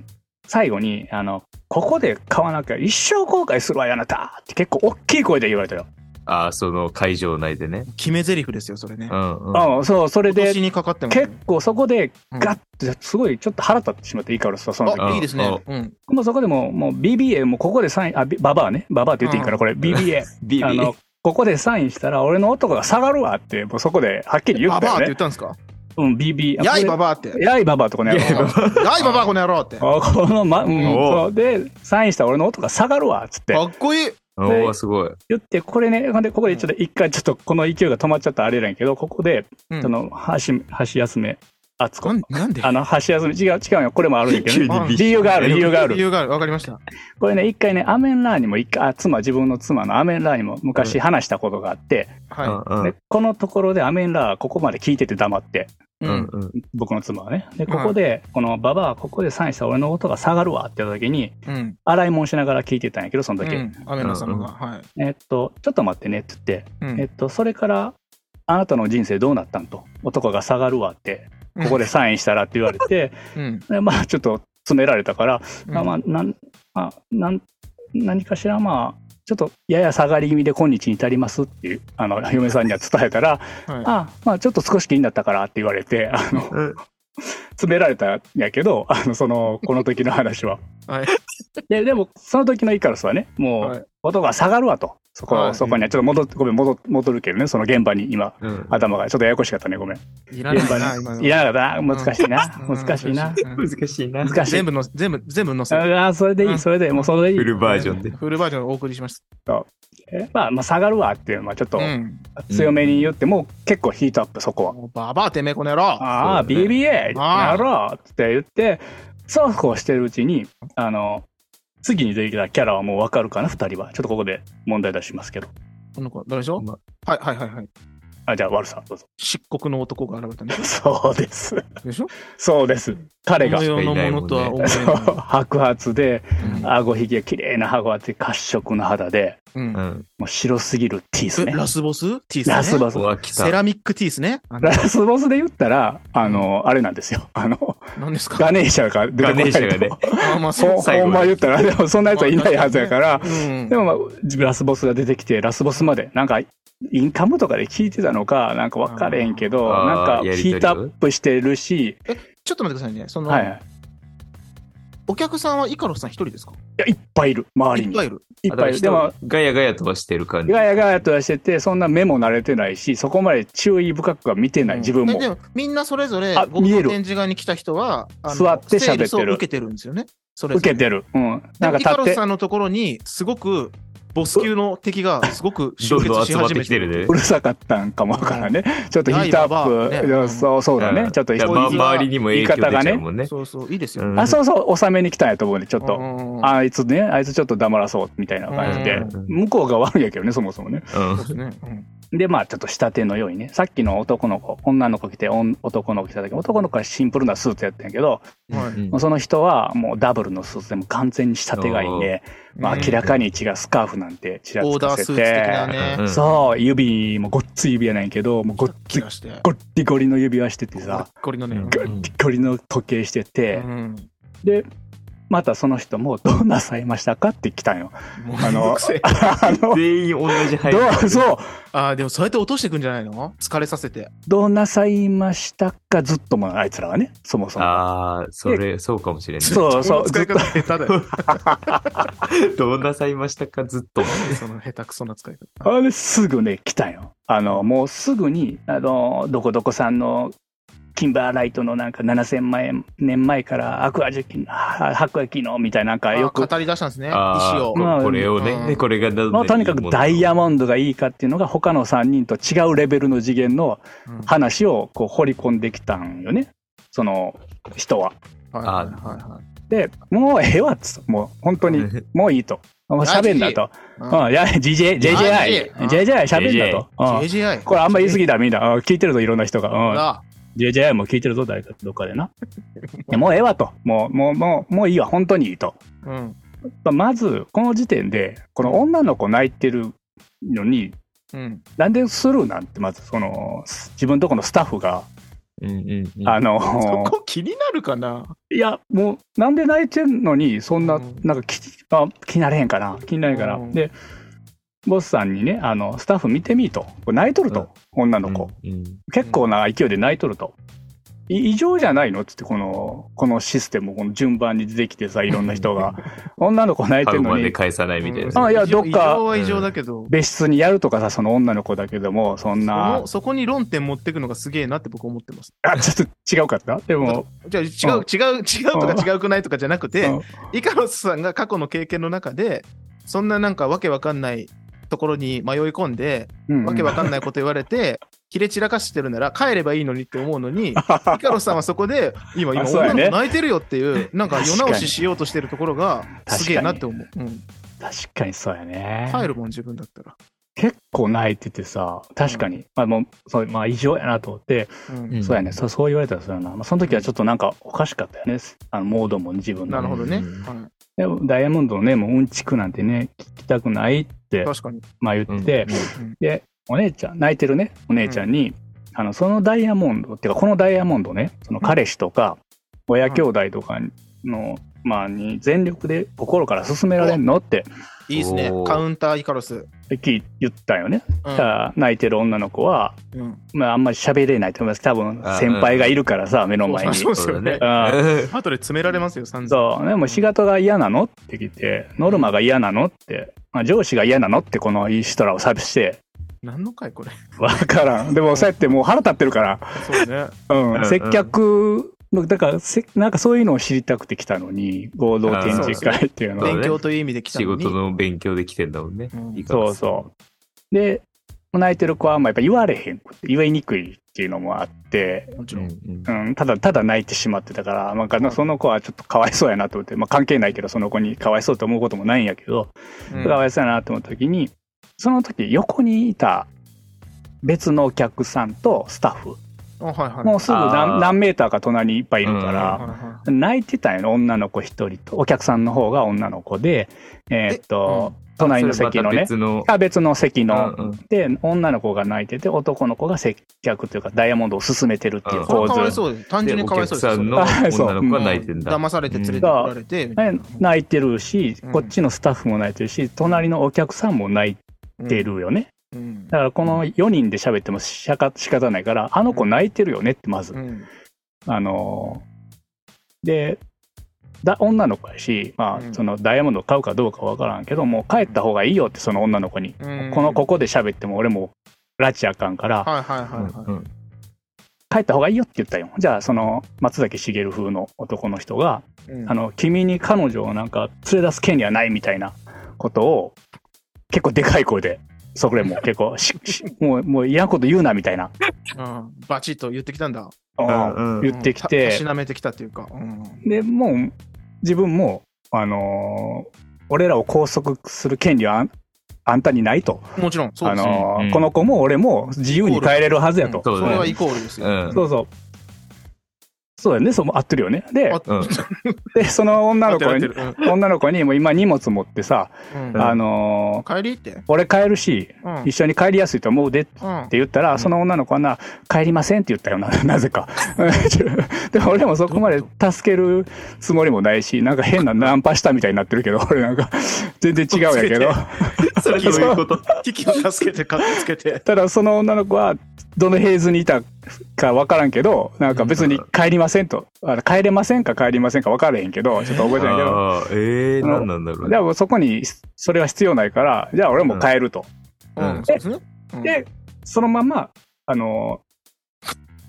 A: 最後に、あの、ここで買わなきゃ一生後悔するわよ、あなたって結構大きい声で言われたよ。
C: あー、その会場内でね。
B: 決め台詞ですよ、それね。
C: うんうん
A: うん、そう、それ
B: 今
A: で
B: 年、にかかってますね
A: 結構そこで
B: うん
A: ガッて、すごいちょっと腹立ってしまって、イカロスはその時。
B: あ、いいですね。うん。
A: もうそこでもう、もう BBA、もうここでサイン、あ、ビババアね、ババアって言っていいから、これ、BBA。
C: ビ
A: あ
C: ビ
A: の、ここでサインしたら、俺の男が下がるわって、もうそこではっきり言
B: バ
A: った
B: バアっ
A: よ
B: て言
A: ね
B: っ。たんですか
A: うん、BB。
B: やいバ
A: バ
B: バアって。
A: やいババアとこの野郎
B: やいババアこの野郎って。か
A: あこの、ま、うん、
C: おう
A: そうで、サインした俺の音が下がるわ、つって
B: っこいい。
C: おー、すごい。
A: 言って、これね、ほんで、ここでちょっと一回、ちょっとこの勢いが止まっちゃったあれなんやけど、ここで、
B: うん
A: その、橋、橋休め、敦子
B: な。んなんで
A: あの、橋休め、違う、違うよ、これもあるんやけど、ね、
B: ね
A: 理由がある、理由があ
B: 理
A: る。
B: 由がある。わかりました。
A: これね、一回ね、アメンラーにも一回、あ、妻、自分の妻のアメンラーにも昔話したことがあって、
B: は
C: うんうん
A: でこのところでアメンラーはここまで聞いてて黙って、
B: い。う
C: うん
B: ん。
C: うん
A: 僕の妻はね。で、
B: はい
A: ここで、このババア、ここでサインしたら俺の音が下がるわって言った時に、
B: うん。
A: 洗い物しながら聞いてたんやけど、その時。
B: うん雨の様が。はい。
A: えっと、ちょっと待ってねって言って、
B: う
A: えっ
B: ん
A: と、それから、あなたの人生どうなったんと、男が下がるわって、ここでサインしたらって言われて、
B: うん。
A: でまあ、ちょっと詰められたから、
B: うん
A: まあまあ、なん、まあ、なん、何かしら、まあ、ちょっとやや下がり気味で今日に至りますっていう、あの、嫁さんには伝えたら、
B: はい
A: あまあ、ちょっと少し気になったからって言われて、あの、
C: うん
A: 詰められたんやけど、あの、その、この時の話は。
B: はい
A: で、でも、その時のイカロスはね、も、
B: はいう
A: 音が下がるわと。そこ、
B: はい
A: そこには、ちょっと戻って、ごめん、戻戻るけどね、その現場に今、
C: うん
A: 頭が、ちょっとややこしかったね、ごめん。
B: いらない
A: 現場に
B: な、今の
A: いらなかったな、難しいな、
B: うん
A: 難しいな。
B: うん
C: 難しいな。
A: 難しい
B: 全。部の、全部、全部載せる。
A: ああ、それで
B: う
A: い
B: ん
A: い、それでいい、もうそれでいい
C: フ。ルバージョンで。
B: フルバージョンをお送りしました。
A: えまあ、まあ、下がるわっていうのは、ちょっと
B: うん。
A: 強めに言って、もう結構ヒートアップ、そこは。
B: もうババアてめえこの野郎。
A: ああ、
C: そうだね
A: BBA
B: ああ
A: やろうって言って、そうこうしてるうちに、あの、次に出てきたキャラはもうわかるかな、二人は。ちょっとここで問題出しますけど。
B: この子、誰でしょ
C: ま
B: はいはいはいはい。
A: あ、じゃあ、悪さ、どうぞ。
B: 漆黒の男が現れたね。
A: そうです。
B: でしょ
A: そうです。彼が
B: この。世のものとは思え
A: そう
B: な
A: 白髪で、
B: い。
A: 顎ひげ綺麗な白髪で、褐色の肌で、
B: うん
C: う
B: うん
C: ん。
A: もう白すぎるティース
B: え
A: ね。
B: ラスボスティースね。
A: ラスボス
C: う。わ、来た。
B: セラミックティースね。あの
A: ラスボスで言ったら、あの、あれなんですよ。あの、
B: 何ですか
A: ガネーシャが出てこ
C: ガ
A: な
C: ネ
A: い
C: ー
A: と
C: シャがね。
B: あまあ
A: そう、
C: 最後
A: ほん
C: ま
A: ま
C: で
A: 言ったら、で もそんなやつはいないはずやから、
B: うん
A: でも、まあ、ラスボスが出てきて、ラスボスまで、なんか、インカムとかで聞いてたのか、なんか分かれへんけど、
C: あー
A: なんか
C: やりとり
A: ヒートアップしてるし、
B: ちょっと待ってくださいね。その、
A: はい、
B: お客さんはイカロスさん一人ですか
A: や、いっぱいいる、周り
B: いっ
A: に。
B: ぱいいる。
A: いっぱいいる。で
C: も
A: も、、
C: ガヤガヤとはしてる感じ。
A: ガヤガヤとはしてて、そんな目も慣れてないし、そこまで注意深くは見てない、自分
B: え
A: も
B: で。もみんなそれぞれ
A: あ
B: 僕の
A: 見える
B: 展示会に来た人はあの
A: 座って喋ってる
B: セールスを受けてるんですよね。それ
A: 受け
B: る。
A: てる。うん。な
B: な
A: んんか
B: かイカロ
A: 立
B: ス
A: って
B: さ、んのところにすごくボス級の敵がすごく集
C: どんど
B: 結
C: ん
B: し
C: 集まっ
B: 始
C: て
B: め
C: きて
B: てる。
C: る
A: う
C: ね。
A: るさかったんかもわからんね。ちょっとヒートアッ
B: ライバー
A: プ。
B: ね
A: うんそうそうだね。ちょっと
C: いや
A: 人
C: ま
B: 人が
C: 周りにも影響出ちゃうもんね。
B: そうそういいですよ。
C: うん
A: あ、そうそう、収めに来たんやと思うね、ちょっ
B: う
A: と。
B: んうんうん
A: あいつね、あいつちょっと黙らそう、みたいな感じで
C: うんうん。
A: 向こうが悪いやけどね、そもそもね。
C: うん
B: そうですね。うん
A: で、まあ、ちょっと仕立てのようにね、さっきの男の子、女の子着て、おん男の子着た時、男の子はシンプルなスーツやったんやけど、
B: は
C: うん
A: もうその人はもうダブルのスーツでも完全に仕立てがいいんで、まあ、
B: うん
A: 明らかに違うスカーフなんてちら
B: オ
A: つ
B: ーダ
A: か
B: ー
A: せ
B: スーツ的な
A: て、
B: ね
C: う。ん
A: そう、指もごっつい指やないけど、もうごっつ
B: 気
A: い
B: がして。
A: ゴッリゴリの指輪してて
B: ゴリ
A: さ、
B: ゴリのね。
A: ゴリゴリの時計して
B: う
A: て、
B: ん
A: で、またその人もどんなされましたかって来たんよ。
B: もう
A: あの
B: めんどくせえ
A: あの、
C: 全員同じ配
A: どう、そう、
B: あーでもそうやって落としていくんじゃないの疲れさせて。
A: どんなさいましたかずっともうあいつらはね、そもそも。
C: ああ、それ、そうかもしれない。
A: そうそう、
B: 使
A: ずっ
B: い
A: と
B: 方下手だよ。
C: どうなさいましたか、ずっと。
B: その下手くそな使い方。
A: あれすぐね、来たんよ。あの、もうすぐに、あの、どこどこさんの、キンバーライトのなんか7000万円年前からアクアジュキの、は白亜紀のみたいななんか
B: あ
A: よく、
B: 語り出したんですね。石
C: あ
B: を。
A: まあ
C: あ、これを
B: うん
C: ね、これがどんな
A: もうとにかくダイヤモンドがいいかっていうのが他の3人と違うレベルの次元の
B: うん
A: 話をこう掘り込んできたんよね。その人は。
B: はいはいはいはい
A: で、もうええわっつったもう本当に、もういいと。もう喋んだと。うん、いや、JJ、JJI
B: うん、
A: JJI 喋んだと。うん
B: JJI。
A: これあんま言い過ぎだ、みんな。うん聞いてるぞ、いろんな人が。うん。
B: だ。
A: JJI も聞いてるぞ、誰か、どっかでな。いやもうええわと。もう、もう、もう、もういいわ、本当にいいと。
B: うん。
A: まず、この時点で、この女の子泣いてるのに、
B: うん。
A: なんでスルーなんて、まず、その、自分とこのスタッフが、
C: うんうんうん
A: あの、
B: そこ気になるかない
A: や、もう、なんで泣いてんのに、そんな、
B: うん
A: なんか気あ、気になれへんかな、気になれへんかな。
B: うん
A: で、ボスさんにね、あの、スタッフ見てみいと。これ泣いとると、女の子。
C: うん
A: 結構な勢いで泣いとると。い異常じゃないのっつって、この、このシステム、この順番に出てきてさ、いろんな人 が、女の子泣い
C: 家
A: て
C: 具
A: んの
C: まで
A: に、
C: 返さないみたい
A: あ
C: な。
A: いやどっか
B: 異常は異常だけど、
A: 別室にやるとかさ、その女の子だけども、そん
B: そ
A: な
B: の、そこに論点持ってくのがすげえなって僕思ってます。
A: あ、ちょっと違うかったでも、
B: じゃあ違う、違う、違うとか違うくないとかじゃなく
A: う
B: て
A: ん、
B: イカロスさんが過去の経験の中で、そんななんかわけわかんないところに迷い込んで、
A: うん
B: わけわかんないこと言われて、ひれ散らかしてるなら帰ればいいのにって思うのに、イカロスさんはそこで、今、今、
A: あそう
B: 女
A: やね
B: の子泣いてるよっていう、なんか世
A: 確かに
B: 直ししようとしてるところが、すげえなって思う。うん
A: 確かにそうやね。
B: 帰るもん、自分だったら。
A: 結構泣いててさ、確かに、まあもう、そう、まあ異常やなと思って、
B: うん
A: そうやね、そう、そう言われたらそうやな。まあその時はちょっとなんかおかしかったよね。あの、モードも自分
B: なる
A: の。
B: ほどね。
C: うん
B: は
A: でダイヤモンドのね、もううんちくなんてね、聞きたくないって
B: い、確かに。
A: まあ言
C: うん
A: ってて、で、お姉ちゃん、泣いてるね、お姉ちゃんに、あの、そのダイヤモンド、っていうか、このダイヤモンドね、その彼氏とか、親兄弟とかの、まあ、に全力で心から勧められんのって
B: いいですね
C: お。ー
B: カウンターイカロス。
A: 聞い言ったよね。
B: う
A: だ
B: ん
A: から泣いてる女の子は、
B: うん
A: まあ、あんまり喋れないと思います。多分、
C: あ
A: 先輩がいるからさ、目の前に。
B: そう
C: そうだね。
B: 後で詰められますよ、散々。
A: そう、でも仕事が嫌なのって聞いて、ノルマが嫌なのって、まあ、上司が嫌なのってこのシトラをサービスして、
B: 何の回これ。
A: わからん。でもそうやってもう腹立ってるから、
B: そうね。
A: うん、
C: うん
A: 接客の、だからせ、なんかそういうのを知りたくて来たのに、合同展示会っていうの
C: そう
A: は
C: ね
B: 勉強という意味で来た
C: 仕
B: のに。
C: 事の勉強できてんだもんね。
B: うん
C: いいから
A: そうそう。で、泣いてる子はまあやっぱ言われへんくて、言いにくいっていうのもあって、
B: もち
C: う
B: ろ
C: ん
B: ん。
C: うん
A: うん、ただただ泣いてしまってたから、まあ、その子はちょっとかわいそうやなと思って、まあ、関係ないけどその子にかわいそうと思うこともないんやけど、
B: うん
A: かわいそうやなと思った時にその時横にいた別のお客さんとスタッフ
B: あはいはい。
A: もうすぐ
C: あ
A: 何
C: ー
A: 何メーターか隣にいっぱいいるか
B: はい
A: ら、
B: はいは
A: 泣いてたんやろ女の子一人とお客さんの方が女の子でえーっと、隣の席のね
C: それまた
A: あ別の席の、
C: 別の。うんうん
A: で女の子が泣いてて男の子が接客というかダイヤモンドを進めてるってい
C: う
A: う
C: ん
B: いこ
A: 構
B: れかわい
A: 図、
B: そうです。単純
C: で、お
B: にかわい
C: 客
B: そうです。
C: さんの
A: あそう
C: 女の子
A: う
C: が
A: ん
C: 泣いてんだ。
B: 騙されて連れてこられて。
A: ね泣いてるし
B: うん
A: こっちのスタッフも泣いてるし隣のお客さんも泣いてるよね、
B: うん。
A: だからこの4人で喋ってもしゃか仕方ないから、あの子泣いてるよねってまず
B: う。ん
A: あのーで、だ女の子やし、ま
B: う
A: あ、
B: ん
A: そのダイヤモンドを買うかどうかわからんけどもう帰った方がいいよってその女の子に、
B: うん
A: このここで喋っても俺も拉致あかんから、
B: はいはいはいはい。
C: うん
A: 帰った方がいいよって言ったよじゃあその松崎しげる風の男の人が、
B: うん
A: あの君に彼女をなんか連れ出す権利はないみたいなことを結構でかい声でそこでもう結 構ししもうもう嫌なこと言うなみたいな、
B: うんバチッと言ってきたんだ。
C: うん
A: うん
C: うん
A: 言ってき
B: うんた
A: て
B: たしなめてきたっていうか。うん
A: でもう自分もあのー俺らを拘束する権利はあんあんたにないと、
B: もちろん、そう
A: あ
B: ですね。
A: のー
C: うん
A: この子も俺も自由に帰れるはずやと、
B: うん
C: そうだ
B: そ
C: ね
B: れはイコールですよ。
C: うん
A: そうそうそうだよねそう合ってるよねで
B: あ
C: うん
A: でその女の子
B: 合って
A: に
B: る合って
A: 女の子にもう今荷物持ってさ、
B: るうん
A: あのー
B: 帰りって。
A: 俺帰るし
B: うんうん
A: 一緒に帰りやすいと思うでって言ったら、その女の子はな帰りませんって言ったよな なぜかでも俺もそこまで助けるつもりもないしなんか変なナンパしたみたいになってるけど 俺なんか全然違うんやけど
C: それどういうこと
B: 危機を助けて、かっこつけて。
A: ただその女の子はどのヘイズにいたか分からんけどなんか別に帰りませんとあの帰れませんか帰りませんか分からへんけどちょっと覚えてないけど
C: あーええー、何なんだろう
A: で
C: ね。
A: もそこにそれは必要ないからじゃあ俺も帰ると。
B: う
C: うん
B: ん、そうですね。うん
A: で、そのまま、あのー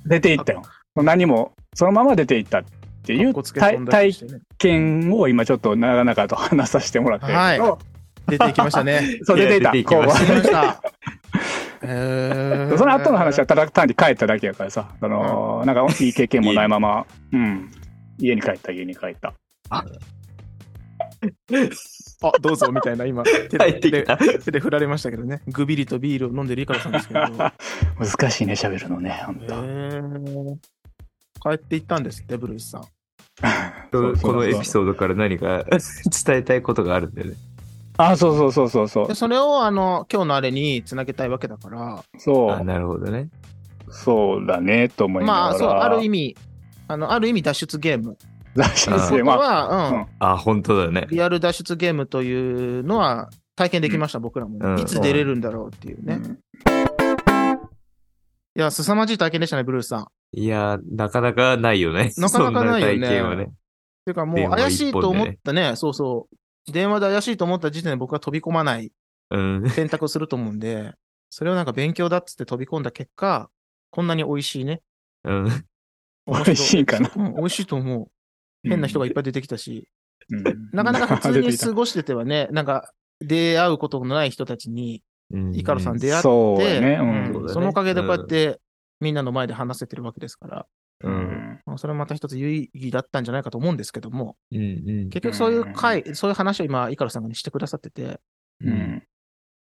A: 出て行ったよ。何も、そのまま出て行ったってい
B: かっ
A: う
B: こつけて
A: 体体
B: ね、
A: 験を今ちょっと長々と話させてもらってるけど、
B: はい出ていきました ね。
A: そう出ていた。
C: 出ていきま
A: 交
C: し
A: 互
B: 出てきました。えー
A: その後の話はただ単に帰っただけやからさ、そのなんかいい経験もないまま、うん、家に帰った、家に帰った。
B: あどうぞみたいな今手
C: 入っ
B: で
C: てきた。
B: 手で振られましたけどねグビリとビールを飲んでるイカロさんですけど、
A: 難しいね、喋るのね、ほん
B: え
A: と。
B: ー帰っていったんですってブルースさん
A: そうそ
C: こ
A: う
C: のエピソードから何か伝えたいことがあるんだよね。
A: あ、そうそうそうそうそう
B: で。それをあの今日のあれにつなげたいわけだから
A: そ
C: あ
A: う、
C: なるほどね。
A: そうだね、と思いながら。
B: まあそうある意味あのある意味脱出ゲーム
A: らしいです
B: これ
A: ね。まあ、
B: は、うん
A: うん
C: あ、本当だね。
B: リアル脱出ゲームというのは体験できました、僕らも、
C: うん
B: いつ出れるんだろうっていうね、
A: う
B: い
A: ん
B: や凄まじい体験でしたねブルースさんっ
C: いやー、なかなかないよね。
B: なかなかないよね
C: そん体験はね。
B: ていうか
C: 電
B: もう
C: 話
B: 怪しいと思
C: 一本
B: ったねそうそう電話で怪しいと思った時点で僕は飛び込まない
C: うん。
B: 選択をすると思うんで、それをなんか勉強だっつって飛び込んだ結果、こんなに美味しいね。
C: うん。
B: 面白
A: 美味しいかな。
B: うん、美味しいと思う。変な人がいっぱい出てきたし、
A: うん
B: なかなか普 通
A: 出て
B: に
A: きた
B: 過ごしててはね、なんか出会うことのない人たちに、
C: うん
B: イカロさん出会って、
A: そうだねうん
C: そうだね
B: そのおかげでこうやってみんなの前で話せてるわけですから、
C: うん。
B: まあそれはまた一つ有意義だったんじゃないかと思うんですけども、
C: うん。うん。
B: 結局そういう回、そういう話を今、イカロさんがねしてくださってて、
A: うん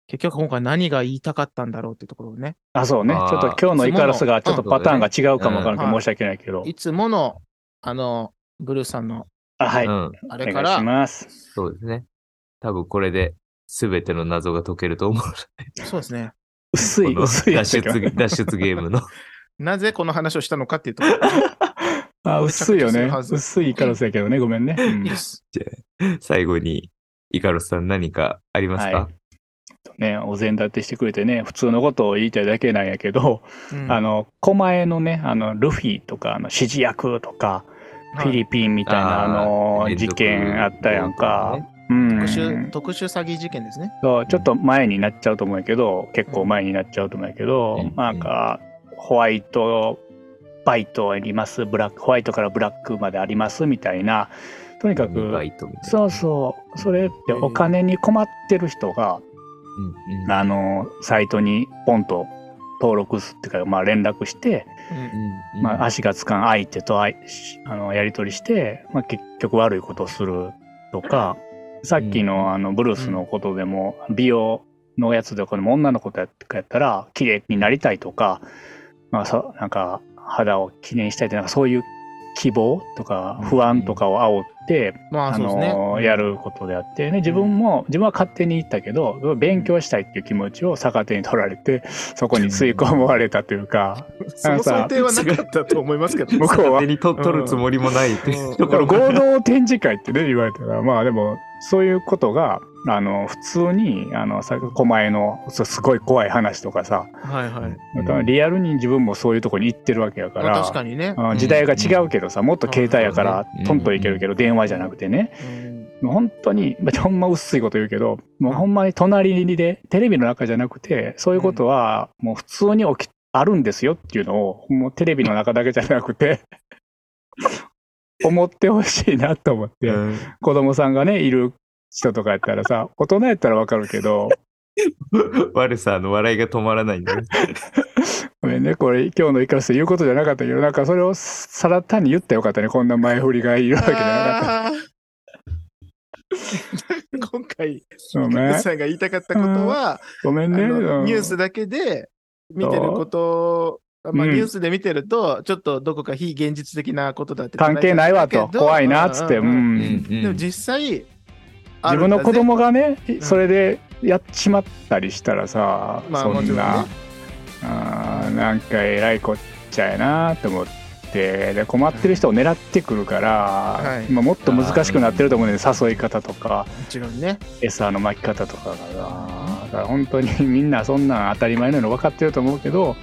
B: 結局今回何が言いたかったんだろうっていうところをね、
A: あ、そうね。ち
C: あー
A: ょっと今日のイカロスがちょっとパターンが違うかもわからんけ
B: う
A: ど、
B: ん
A: 申し訳ないけど
B: い。つもの、あの、ブルースさんの
A: あ、はい。
C: う
A: お
C: ん。
B: あれか
A: 願いし
B: ら、
A: ます。
C: そうですね。多分これで全ての謎が解けると思う。
B: そうですね。
A: 薄
C: こ
A: い、
C: の
A: 薄いや
C: 脱
A: つやけど。
C: 出脱出ゲームの。
B: なぜこの話をしたのかっていうところ。
A: あ、薄いよね
B: 着地する。はず
A: 薄いイカロスやけどね。ごめんね。うん
B: いいです。
C: 最後に、イカロスさん何かありますか、
A: はいね、お膳立てしてくれてね、普通のことを言いたいだけなんやけど、
B: うん
A: あの、狛江のね、あの、ルフィとか、あの、指示役とか、フィリピンみたいな、あの、
C: ー
A: 事件あったやんか。。う
B: 特
A: ん。
B: 殊、特殊詐欺事件ですね。
A: そうちょっと前になっちゃうと思うんやけど結構前になっちゃうと思うんやけど、
C: うん
A: なんかホワイトバイトありますブラックホワイトからブラックまでありますみたいなとにか
C: 連続バ
A: く
C: イトみたいな
A: そうそうそれってお金に困ってる人が、
C: うんうん
A: あのサイトにポンと登録すっていうか、まあ、連絡して、
B: うん
C: うんうん
A: まあ、足がつかん相手とあいしあのやり取りして、まあ、結局悪いことをするとかさっき
C: うん
A: のあのブルースのことでも美容のやつとかでも女の子とかやったら綺麗になりたいとか、まあ、そなんか肌を記念したいってなんかそういう希望とか不安とかを煽って、
B: まあ、
A: あ
B: そうですね。
A: の
B: うん
A: や。ることであってね自分も自分は勝手に言ったけど勉強したいっていう気持ちを逆手に取られてそ こに吸い込まれたというか
B: その想定はなかったと思います けど。
A: 向こうは
C: 手にと取るつもりもないって
B: うん
C: とこ
A: これ
C: ろが
A: 合同展示会ってね言われたらまあでもそういうことがあの普通にあのさ狛江のそうすごい怖い話とかさ
B: はいはい。
A: だからリアルに自分もそういうとこに行ってるわけやか
B: まあ
A: ら、
B: 確かにね。
A: あ
B: うん
A: 時代が違うけどさ、もっと携帯やから
C: うん
A: トントンいけるけど、電話じゃなくてね
B: うん
A: もう本当に、まあ、ほんま薄いこと言うけどもうほんまに隣にでテレビの中じゃなくてそういうことはもう普通に起きあるんですよっていうのをもうテレビの中だけじゃなくて思ってほしいなと思って、
C: うん
A: 子供さんがねいる人とかやったらさ大人やったらわかるけど
C: 悪さの笑いが止まらないんだね。
A: ごめんねこれ今日のイカロスで言うことじゃなかったけどなんかそれをさらったに言ったらよかったねこんな前振りがいるわけじゃなかった。
B: あー 今回、
A: そうね
B: さんが言いたかったことは、
A: ごめんね。
B: あの
A: うん
B: ニュースだけで見てることを、まあ、
A: うん
B: ニュースで見てると、ちょっとどこか非現実的なことだって捉えちゃう
A: 関係ないわと
B: けど
A: 怖いなっつって、う
B: うんうんうん
A: ん
B: でも実際、あ
A: 自
B: る
A: 分
B: んだ
A: の子
B: ぜ
A: 供がね、
B: ん
A: それでやっちまったりしたらさ、
B: まあ
A: そ
B: もち
A: ん
B: ろんね
A: な、あーなんかえらいこっちゃやなと思ってで困ってる人を狙ってくるから、
B: はい
A: 今もっと難しくなってると思うね誘い方とか
B: もちろんね。
A: 餌の巻き方とかがさだから本当に みんなそんなん当たり前のように分かってると思うけど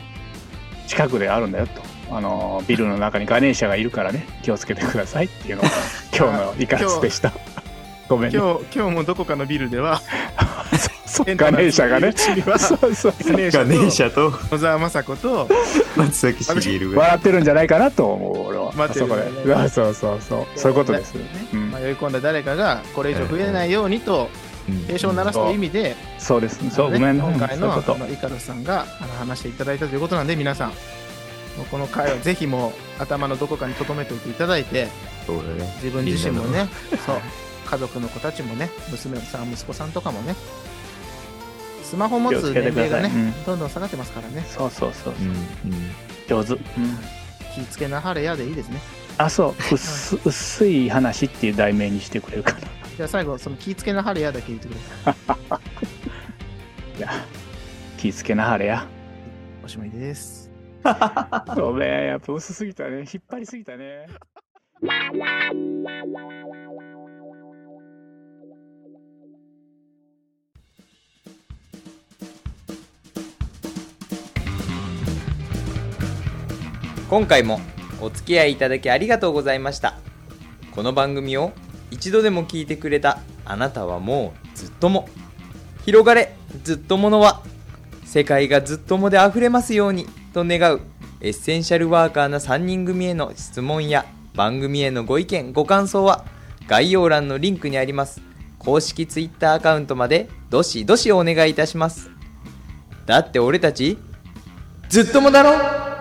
A: 近くであるんだよと。あのビルの中にガネーシャがいるからね気をつけてくださいっていう のが今日のイカスでした。ごめんね
B: 今日、今日もどこかのビル では、
A: そうガネーシャがね。
B: エントランスの
A: そ
B: 入り口には
A: うそう
B: ガネーシ
C: ガネー
B: ャ
C: シャと
B: と小沢雅子と、
C: 松崎しげるが。
A: 笑ってるんじゃないかなと思う俺は。
B: 待
A: あ
B: って
A: そ
B: る
A: こで。あそうそうそう。そういうことです。うん
B: 迷い込んだ誰かがこれ以上増えないようにと
C: うん
B: 警鐘を鳴らすという意味で、
A: そうです。そう
B: あのね
A: ごめんね。
B: 今回
A: そう
B: の
A: いうこと
B: あのイカロスさんがあの話していただいたということなんで皆さんもうこの回はぜひもう頭のどこかに留めておいていただいて
C: そうだね。
B: 自分自身もねそう家族の子たちもね娘さん息子さんとかもねスマホ持
A: 気を
B: つ
A: つけて
B: 年
A: くだ
B: 齢
A: さ
B: が
A: い。う
B: ね
A: ん
B: どんどん下がってますからね
A: そうそうそう
C: う。んうん
A: 上手。
B: 気ぃつけなはれやでいいですね
A: あそう。薄薄い話っていう題名にしてくれるかな。
B: じゃあ最後その気ぃつけなはれやだけ言ってくれ
A: いや気ぃつけなはれや。
B: おしまいです
A: ごめんやっぱ薄すぎたね。引っ張りすぎたね。
E: 今回もお付き合いいただきありがとうございましたこの番組を一度でも聞いてくれたあなたはもうずっとも広がれずっとものは世界がずっともであふれますようにと願うエッセンシャルワーカーな3人組への質問や番組へのご意見ご感想は概要欄のリンクにあります公式 Twitter アカウントまでどしどしお願いいたしますだって俺たちずっともだろ